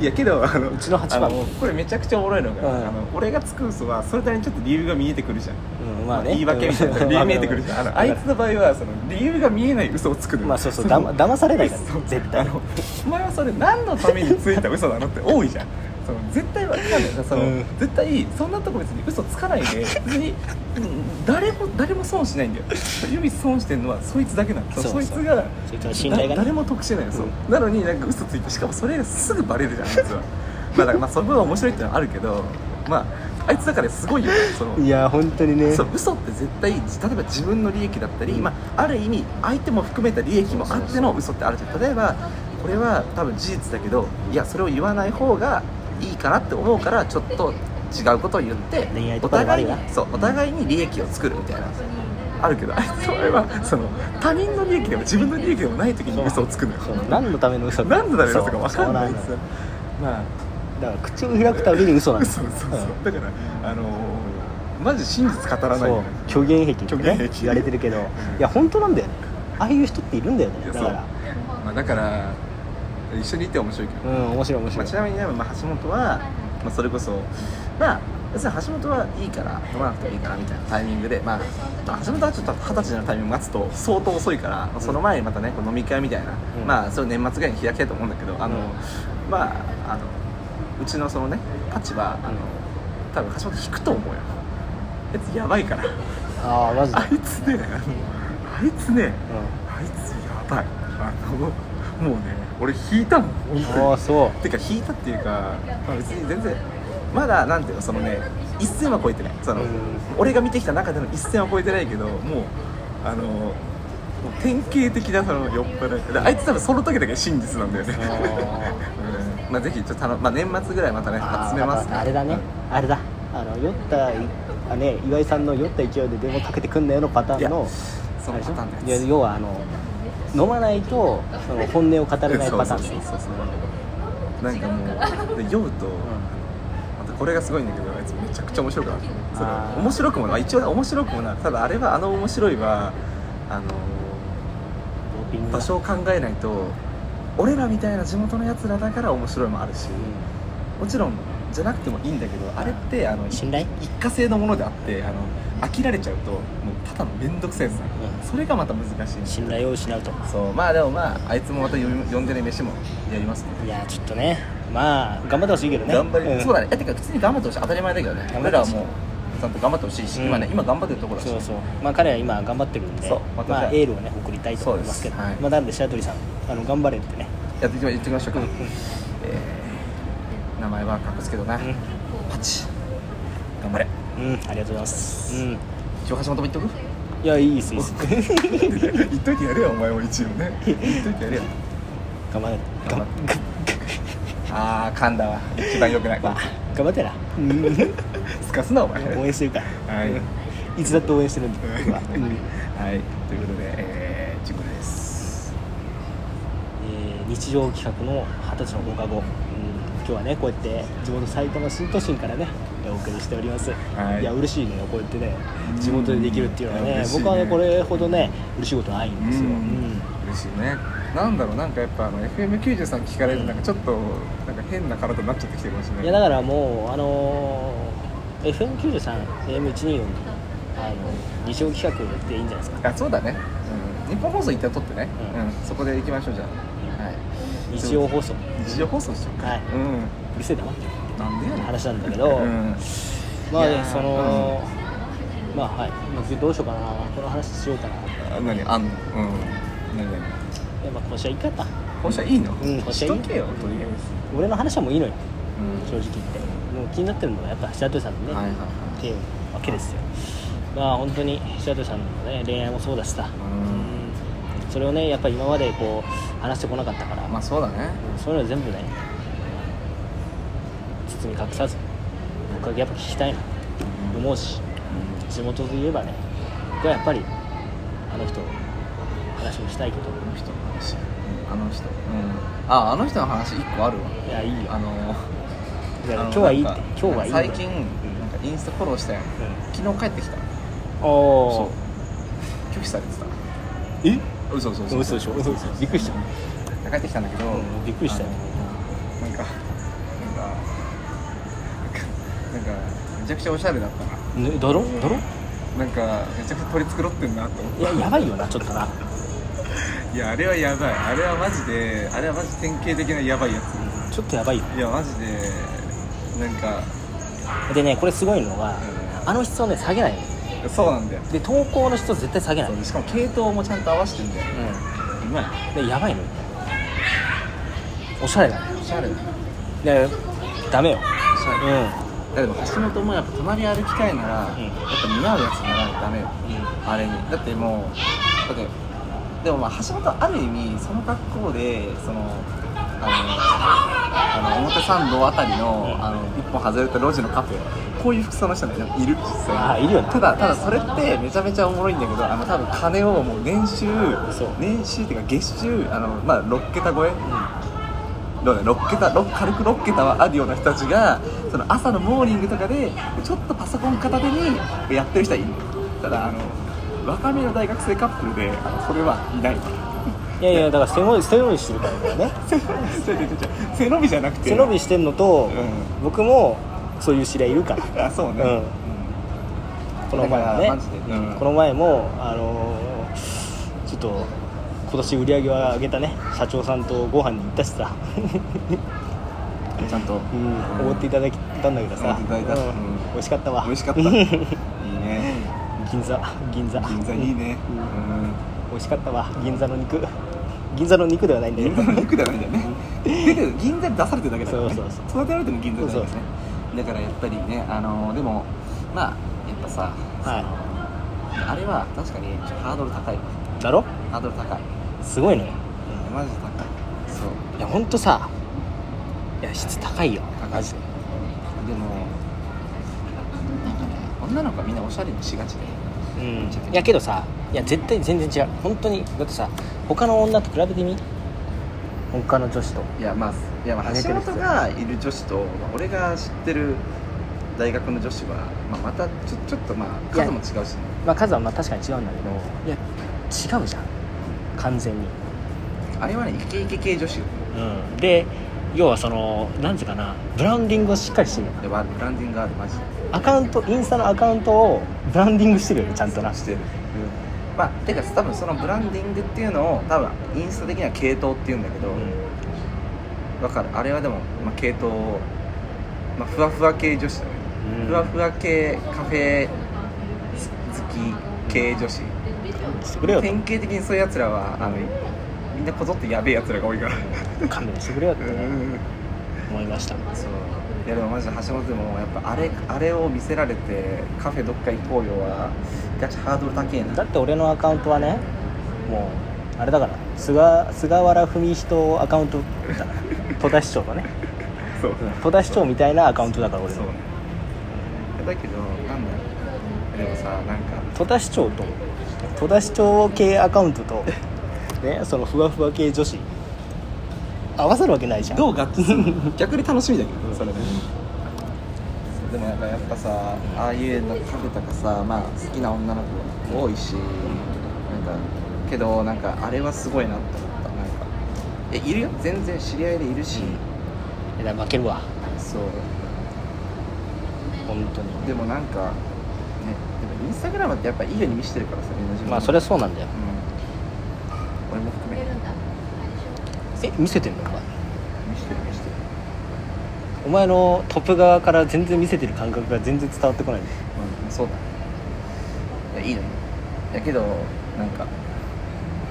B: いやけどあのう
A: ちの八番
B: これめちゃくちゃおもろいのが、
A: うん
B: あの俺がつく嘘はそれなりにちょっと理由が見えてくるじゃん、
A: うんまあね
B: 言い訳みたいな 理由見えてくるじゃんあのあいつの場合はその理由が見えない嘘をつくのよ
A: まあそうそう
B: の
A: だま騙されないからね
B: そう
A: 絶対
B: あのお前はそれ何のためについた嘘なのって多いじゃんその絶対わかんないその、
A: うん
B: 絶対そんなとこ別に嘘つかないで別にうん誰も誰も損しないんだよ唯一損してるのはそいつだけなの
A: そ
B: そ
A: う
B: そ
A: そう
B: いつが
A: そいつの信頼がね
B: だ誰も得してないのそう、なのになんか嘘ついてしかもそれがすぐバレるじゃんあいつはまあだからまあそこが面白いってのはあるけどまああいつだからすごいよねその
A: いや本当にね
B: そう嘘って絶対例えば自分の利益だったり、まあ、ある意味相手も含めた利益もあっての嘘ってあるじゃん例えばこれは多分事実だけどいやそれを言わない方がいいかなって思うからちょっと違うことを言って
A: 恋愛
B: お
A: とかでもあ
B: 互
A: る
B: い
A: よ
B: にそうお互いに利益を作るみたいなあるけどあいつはその他人の利益でも自分の利益でもない時に嘘をつくのよ
A: そう何のための嘘
B: 何のための嘘か分
A: そう
B: かんない
A: そうんの
B: ですよまあ
A: だから口を開くたびに嘘なんです
B: そうそうそうだからあのーマジ真実語らない
A: そ
B: よ
A: う
B: ね
A: 虚言癖って
B: 虚
A: ね
B: 言癖
A: 言われてるけどいや本当なんだよねああいう人っているんだよ
B: い
A: ねだ
B: やそう
A: から
B: まあ、だから一緒にいて面白いけど、
A: うん面白い面白
B: まあ、
A: い
B: ちなみに、ねまあ、橋本は、まあ、それこそまあ別に橋本はいいから飲まなくてもいいからみたいなタイミングで、まあ、まあ橋本はちょっと二十歳のタイミング待つと相当遅いから、まあその前にまたねこう飲み会みたいな、
A: うん
B: まあそれを年末ぐらいに開きたいと思うんだけどあの、まああのうちのそのねパチはあの多分橋本引くと思うよあいつやばいから
A: ああマジで
B: あいつねあのあいつねあいつやばいあのもうね俺引いたもん本
A: うんあ
B: 当
A: あそう
B: にてか引いたっていうか、まあ、別に全然まだなんていうのそのね一線は超えてないその、
A: うん
B: 俺が見てきた中での一線は超えてないけどもうあのもう典型的なその酔っ払いだからあいつ多分その時だけ真実なんだよね、
A: あ
B: うんまあぜひちょっとたの、まあ、年末ぐらいまたね
A: ー
B: 集めます
A: あれだねあれだあの酔ったあね岩井さんの酔った勢いで電話かけてくんなよのパターン
B: い
A: の
B: そのパターンのやつ
A: いや要はあの飲まないとその本音を語れないパターン
B: そうそうそうそうなんかもうで酔うと、またこれがすごいんだけどあいつめちゃくちゃ面白くなるそ
A: あー
B: の面白くもない一応面白くもないただあれはあの面白いはあの
A: ドーピングだ
B: 場所を考えないと俺らみたいな地元のやつらだから面白いもあるしもちろんじゃなくてもいいんだけどあれってあのい
A: 信頼
B: 一過性のものであってあの飽きられちゃうともうただの面倒くさいやつなの
A: う
B: それがまた難しい
A: ん信頼を失うと
B: そうまあでもまああいつもまた呼び呼んでね飯もやりますね
A: いやちょっとねまあ頑張ってほしいけどね
B: 頑張り、
A: ん
B: そうだねえてか普通に頑張ってほしい当たり前だけどね
A: 頑張
B: 俺
A: って
B: ら
A: ほ
B: は
A: しい
B: もうちゃんと頑張ってほしいし、
A: うん
B: 今ね今頑張ってるところだし
A: そうそうまあ彼は今頑張ってるんで
B: そうまたじゃあ
A: まあエールをね送りたいと思いますけど
B: そうですはい
A: まあなんで白鳥さんあの頑張れってね
B: やっていきま言っていきましょうか、
A: うんうん
B: えー名前は隠すけどな、
A: うん
B: パチ頑張れ
A: うんありがとうございますうん
B: 一応橋本も言っとく
A: いやいいですいいです
B: 言っといてやれよお前も一応ね言っといてやれよ
A: 頑張れ
B: 頑張れああ噛んだわ一番良くない
A: まあ頑張ってな
B: すかすなお前
A: 応援してるから
B: はい、 はい
A: いつだって応援してるんで僕はうん
B: ということで、えー、チコです
A: えー日常企画の二十歳の放課後、うん、今日はねこうやって地元埼玉新都心からねお送りしております、
B: はい
A: いや嬉しいねこうやってね地元でできるっていうのは
B: うんいや
A: ね
B: 嬉しいね
A: 僕はねこれほどね嬉しいことないんですよ、うん
B: 嬉しいねなんだろうなんかやっぱあの FM93 聞かれるとなんかちょっとなんか変な体になっちゃってきてるかもしれない
A: いやだからもうあのー FM93、AM124 あの二乗企画でいいんじゃないですか
B: あそうだね、うん、日本放送一旦撮ってね、
A: う
B: うんんそこで行きましょうじゃあ、はい、
A: 日曜放送
B: 日常放送しようか、
A: はい
B: うん
A: うるせえ黙って
B: なんでやねん
A: 話なんだけど、
B: うん
A: まあ
B: いやー
A: その、まあはいまあどうしようかなこの話しようかな
B: あ何あんのうん何何
A: でまあ今週はいいかった
B: 放射いいの
A: うん放射いい
B: しとけよとりあ
A: 俺の話はもういいのよ
B: えず
A: 正直言ってもう気になってるのはやっぱ白鳥さんのね、
B: はいはいは
A: っていうわけですよまあ本当に白鳥さんのね恋愛もそうだしさ
B: うん
A: うんそれをねやっぱ今までこう話してこなかったから、
B: まあそうだね
A: そういうの全部ね包み隠さず僕はやっぱ聞きたいなと思うし地元といえばね僕はやっぱりあの人の話もしたいけど
B: あの人の話うんあの人うんああの人の話一個あるわ
A: いやいいよ
B: あの
A: いや
B: あの
A: 今日はいいっ
B: な
A: て
B: んか
A: 今日はいい
B: なんか最近なんかインスタフォローしたやん昨日帰ってきた
A: おお
B: 拒否されてた
A: え
B: 嘘嘘嘘
A: 嘘でしょ
B: 嘘嘘
A: びっくりした
B: 帰ってきたんだけど、
A: うんびっくりしたよ
B: あのなんかなんかなんかめちゃくちゃおしゃれだったな
A: ねだろだろ
B: なんかめちゃくちゃ取り繕ってんなと思っ
A: いややばいよなちょっとな
B: ていやあれはやばいあれはマジであれはマジ典型的なやばいやつ
A: ちょっとやばいよ
B: いやマジでなんか
A: でねこれすごいのは
B: うん
A: あの質をね下げないの
B: そうなんだよ
A: で投稿の質を絶対下げない、
B: そうしかも系統もちゃんと合わせてんだようまい
A: でやばいのよおしゃれだね
B: おしゃれだお
A: でダメよ
B: しゃ
A: うん、
B: れだでも橋本もやっぱ隣歩きたいなら、
A: うん
B: やっぱ似合うやつにならないとダメよあれにだってもうだってでもまあ橋本はある意味その格好でそのあのあの表参道あたりのあの一本外れた路地のカフェこういう服装の人ねいる実際
A: あいるよね
B: ただただそれってめちゃめちゃおもろいんだけどあの多分金をもう年収
A: そう
B: 年収っていうか月収あのまあ6桁超え、どうだろう6桁6軽く6桁はあるような人たちがその朝のモーニングとかでちょっとパソコン片手にやってる人はいるただあの若めの大学生カップルであのそれはいない
A: いやいやだから背伸び背伸びしてるからだよね
B: ちょ ちょちょちょ背伸びじゃなくて
A: 背伸びしてんのと、
B: う
A: 僕もそういう知り合いいるから
B: あそうね、
A: うん
B: うん
A: この前はね
B: だからマジでうん
A: この前もあのーちょっと今年売り上げを上げたね社長さんとご飯に行ったしさ、
B: ちゃんと、う
A: うん
B: ん、
A: おごっていただきたんだけど
B: おごっ
A: さ
B: ていただいた
A: うん
B: うん
A: 美味しかったわ
B: 美味し かったいいね
A: 銀座銀座
B: 銀座いいね、
A: う
B: うんん、
A: 美味しかったわ銀座の肉銀座の肉ではないんだけ
B: 銀
A: ど
B: 座の肉ではないんだよね出てる銀座で出されてるだけだから、ね、
A: そうそう
B: 育てられても銀座じゃないですねだからやっぱりねあのーでもまあやっぱさ
A: は
B: あれは確かにちょっとハードル高いわ
A: いだろ
B: ハードル高い
A: すごいのよ
B: マジで高いそう
A: いやほんとさいや質高いよ
B: 高いでもなんかね女の子はみんなおしゃれにしがちで
A: うんいやけどさいや絶対全然違う本当にだってさ他の女と比べてみ他の女子と
B: いやまあいやまあ橋本がいる女子と、まあ俺が知ってる大学の女子は、まあ、またちょちょっとまあ数も違うしね
A: まあ数はまあ確かに違うんだけどいや違うじゃん完全に、
B: あれはねイケイケ系女子よ
A: うん、で要はそのなんていうかなブランディングをしっかりしてるよ
B: いやわブランディングがあるマジで
A: アカウントインスタのアカウントをブランディングしてるよねちゃんとな
B: してる、まあてか多分そのブランディングっていうのを多分インスタ的には系統っていうんだけど、
A: う
B: わ
A: ん
B: かるあれはでも、まあ、系統、まあ、ふわふわ系女子だね、
A: うん
B: ふわふわ系カフェ好き系女子
A: してくれよと
B: 典型的にそういうやつらはあのみんなこぞってやべえやつらが多いから
A: 勘弁してくれよって
B: う
A: ね
B: ん
A: 思いました
B: そういやでもマジで橋本でもやっぱあれあれを見せられてカフェどっか行こうよはガチハードル高えな
A: だって俺のアカウントはねもうあれだから菅菅原文人アカウントだから戸田市長のね
B: そう
A: 戸田市長みたいなアカウントだから俺
B: そう
A: の
B: ねだけどなんだろうでもさなんか
A: 戸田市長と戸田市長系アカウントとねそのふわふわ系女子合わせるわけないじゃん
B: どう合致するの逆に楽しみだけどねそれねでもなんかやっぱさああいうのカフェとかさまあ好きな女の子多いしなんかけどなんかあれはすごいなって思ったなんかえいるよ全然知り合いでいるし、
A: いや負けるわ
B: そう
A: 本当に
B: でもなんかねでもインスタグラムってやっぱいいように見せてるからさみんな自分
A: まあそれはそうなんだよ
B: うん俺も含め
A: え見せてんのお前
B: 見せてる見せてる
A: お前のトップ側から全然見せてる感覚が全然伝わってこない
B: うんそうだねいやいいのよいやけどなんか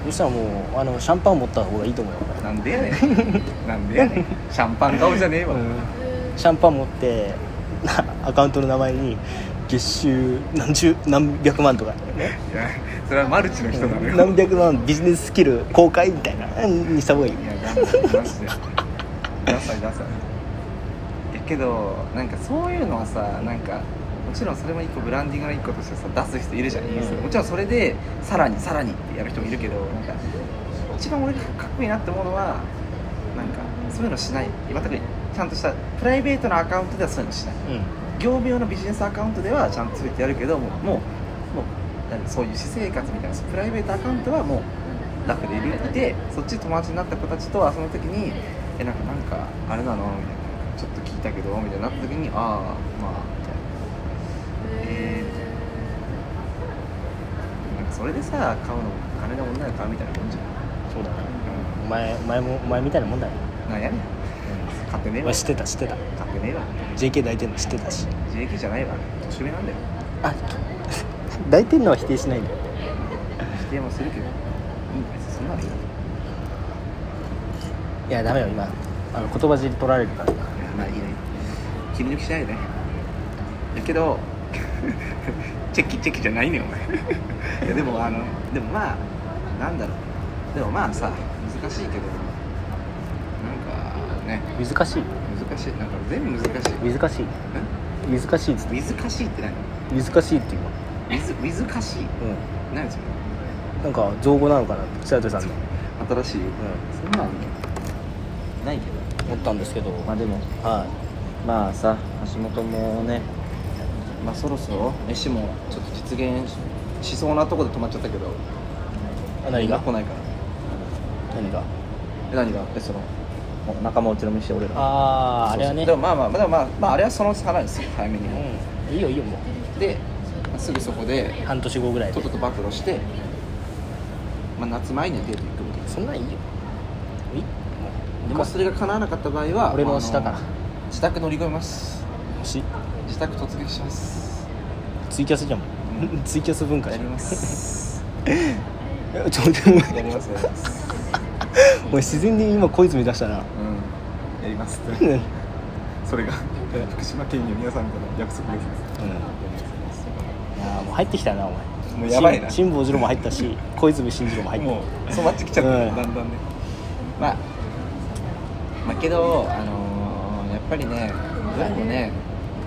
A: そしたらもうあのシャンパン持った方がいいと思うよ
B: なんでやねんなんでやねんシャンパン顔じゃねえわ、
A: シャンパン持ってなアカウントの名前に月収何十何百万とか、ね、
B: いやそれはマルチの人なのよ
A: 何百万ビジネススキル公開みたいなにした方がいい
B: いやダサいマジでダサいダサいいやけどなんかそういうのはさなんかもちろんそれも一個ブランディングの一個としてさ出す人いるじゃん、
A: ん
B: もちろんそれでさらにさらにってやる人もいるけどなんか一番俺がかっこいいなって思うのはなんかそういうのしない全くちゃんとしたプライベートのアカウントではそういうのしない
A: うん
B: 業務用のビジネスアカウントではちゃんと全てやるけどもうもうもうなんかそういう私生活みたいなプライベートアカウントはもう楽でいるでそっちで友達になった子たちと遊んだ時に「えなんかなんかあれなの?」みたいな「ちょっと聞いたけど」みたいになった時に「ああまあ」みたいな「えーみたいな」なんかそれでさ買うのも金で女が買うみたいなもんじゃん、
A: そうだな
B: う
A: お前お前もお前みたいなもんだね
B: ん、なんやねん買ってねえ
A: ま
B: わ
A: あ知ってた知ってた
B: 買ってねえわ
A: JK 抱いてんの知ってたし
B: JK じゃないわ年上なんだよ
A: あ抱いてんのは否定しないんだよ
B: 否定もするけどいい別にそんなのいい
A: いやダメよ今あの言葉尻取られるから
B: いやまあいいね切り抜きしないでねだけど チェキチェキじゃないねんお 前いやでもあのでもまあなんだろうでもまあさ難しいけどなんかね
A: 難しい
B: 難しいなんか全部難しい
A: 難しい難しいっつって
B: え難しいって何
A: 難しいっていうの
B: 水難しい
A: うん
B: 何それ
A: なんか造語なのかなって白鳥さんの
B: 新しいそんなのないけど
A: 思ったんですけど
B: まあでも
A: は
B: まあさ橋本もねまあそろそろ飯もちょっと実現ししそうなとこで止まっちゃったけど
A: い何が
B: 来ないから
A: 何が
B: え何がえそのもう仲間内の飯俺ら
A: ああ
B: そうそう
A: あれはね
B: でもまあまあでもまあ、まあ、あれはそのさらにすぐ早めに、
A: うんいいよいいよも
B: で、まあすぐそこで
A: う半年後ぐらい
B: と
A: で
B: っとと暴露して、まあ、夏前にはデート行くみたいな
A: そんなんいいよいいもう
B: で
A: で
B: も
A: も
B: それが叶わなかった場合は
A: 俺の下から
B: あの自宅乗り越えます
A: し
B: 自宅突撃 します
A: ツイキャスじゃんも うツイキャス文化
B: や
A: じゃ
B: り
A: ん
B: ます
A: えちょっと待ってお前
B: やりますやります
A: お前自然に今小泉出したな
B: うんやります
A: うん
B: それが福島県民の皆さんとの約束です
A: いやーもう入ってきたなお前
B: もうやばいな
A: しん辛坊治郎も入った し小泉進次郎も入った
B: もう染まってきちゃった、
A: うん
B: だんだんねまあまあけどあのーやっぱりねどれもね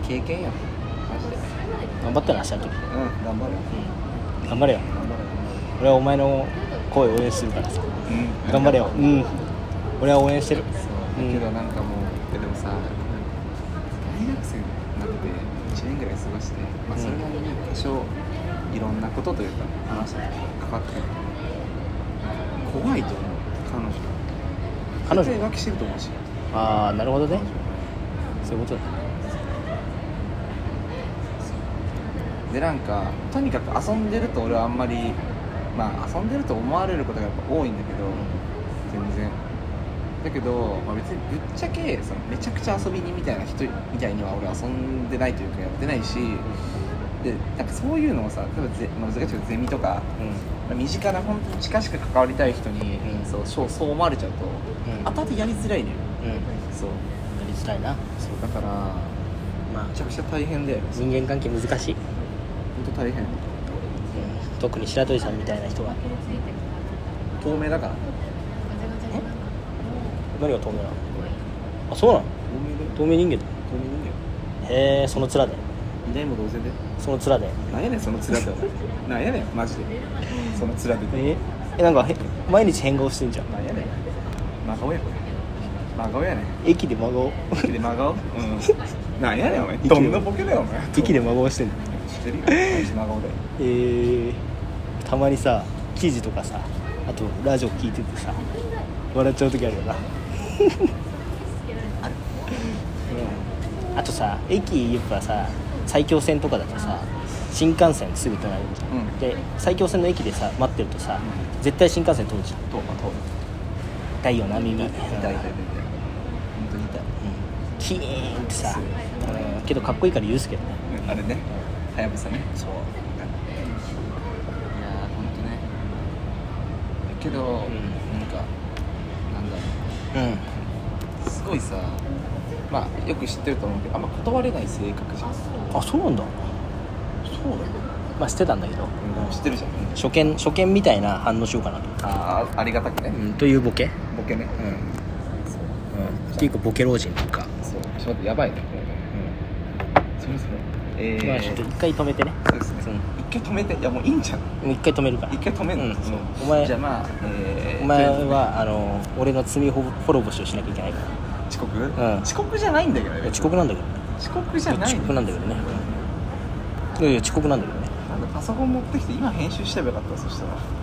B: 経験よマジで
A: 頑張ったな明日の時
B: うん頑張る
A: 頑張れよ
B: 頑張る
A: 俺はお前の声を応援するからさ
B: うん
A: 頑張れようん俺は応援してる
B: そうだけどなんかもう、えでもさ大学生になって1年ぐらい過ごして、まあ、それなりに多少いろんなことというか話が関わってくる怖いと思う彼女
A: 彼女
B: 絶対浮気してると思うし
A: ああなるほどねそういうことだ
B: でなんかとにかく遊んでると俺はあんまりまあ遊んでると思われることがやっぱ多いんだけど全然だけど、まあ、別にぶっちゃけそのめちゃくちゃ遊びにみたいな人みたいには俺は遊んでないというかやってないしでなんかそういうのをさ例えばゼ,、まあ、難しいけどゼミとか
A: う
B: 身近な本当に近しく関わりたい人に、
A: うん
B: そうそうそう思われちゃうと、
A: ん
B: 後々やりづらい
A: ん
B: ね
A: うん
B: そう
A: やりづらいな
B: そうだから
A: まあ
B: めちゃくちゃ大変だよ
A: 人間関係難しい、
B: 本当大
A: う
B: 変
A: ん、特に白鳥さんみたいな人は
B: 透明だから
A: 何が透明なのあそうなの
B: 透明だよ
A: 透明人間だ
B: 透明人間よ
A: へえその面で
B: いないも同然で
A: その面で
B: なんやねんその面で お前なんやねんマジでその面で
A: ええなんかへ毎日変顔してんじゃん
B: なんやねん真顔や真顔やねん
A: 駅で真顔
B: 駅で真顔うんなんやねんお前どんなボケだよお前
A: 駅で真顔してんの
B: 知ってるよ毎日真顔で
A: えー、たまにさ記事とかさあとラジオ聞いててさ笑っちゃう時あるよなうんあとさ駅やっぱさ埼京線とかだとさ新幹線すぐ隣に、
B: うん
A: で埼京線の駅でさ待ってるとさ、絶対新幹線通るじゃん
B: とまあと
A: 痛いよな耳
B: 痛い痛い痛い痛い本当に痛い
A: うんキーンってさ、うん、けどかっこいいから許すけどね
B: あれねはやぶさね
A: そう
B: いやー本当ねだけど、なんかなんだろう
A: うん
B: すごいさまあよく知ってると思うけどあんま断れない性格じゃんそう
A: あそうなんだ
B: だよ、
A: まあ捨てたんだけど
B: 知ってるじゃん、
A: 初見初見みたいな反応しようかなと、
B: ああありがたくね、
A: というボケ、
B: ボケね
A: うん、っていうかボケ老人というか、
B: うんそうちょっとやばいね、うん、そろそろえ
A: まあちょっと
B: ー
A: 一回止めてね
B: そうですね、一回止めていやもういいんじゃん
A: もう一回止めるから
B: 一回止める
A: う
B: の、
A: ん
B: そう
A: お前
B: じゃあまあ、えー
A: お前はあの俺の罪ほ滅ぼしをしなきゃいけないか
B: 遅刻、
A: ん
B: 遅刻じゃないんだけど
A: らい
B: ね
A: や遅刻なんだけどね
B: 遅刻じゃない
A: 遅刻なんだけどねいやいや遅刻なんだけどね
B: なんかパソコン持ってきて今編集してればよかったわそしたら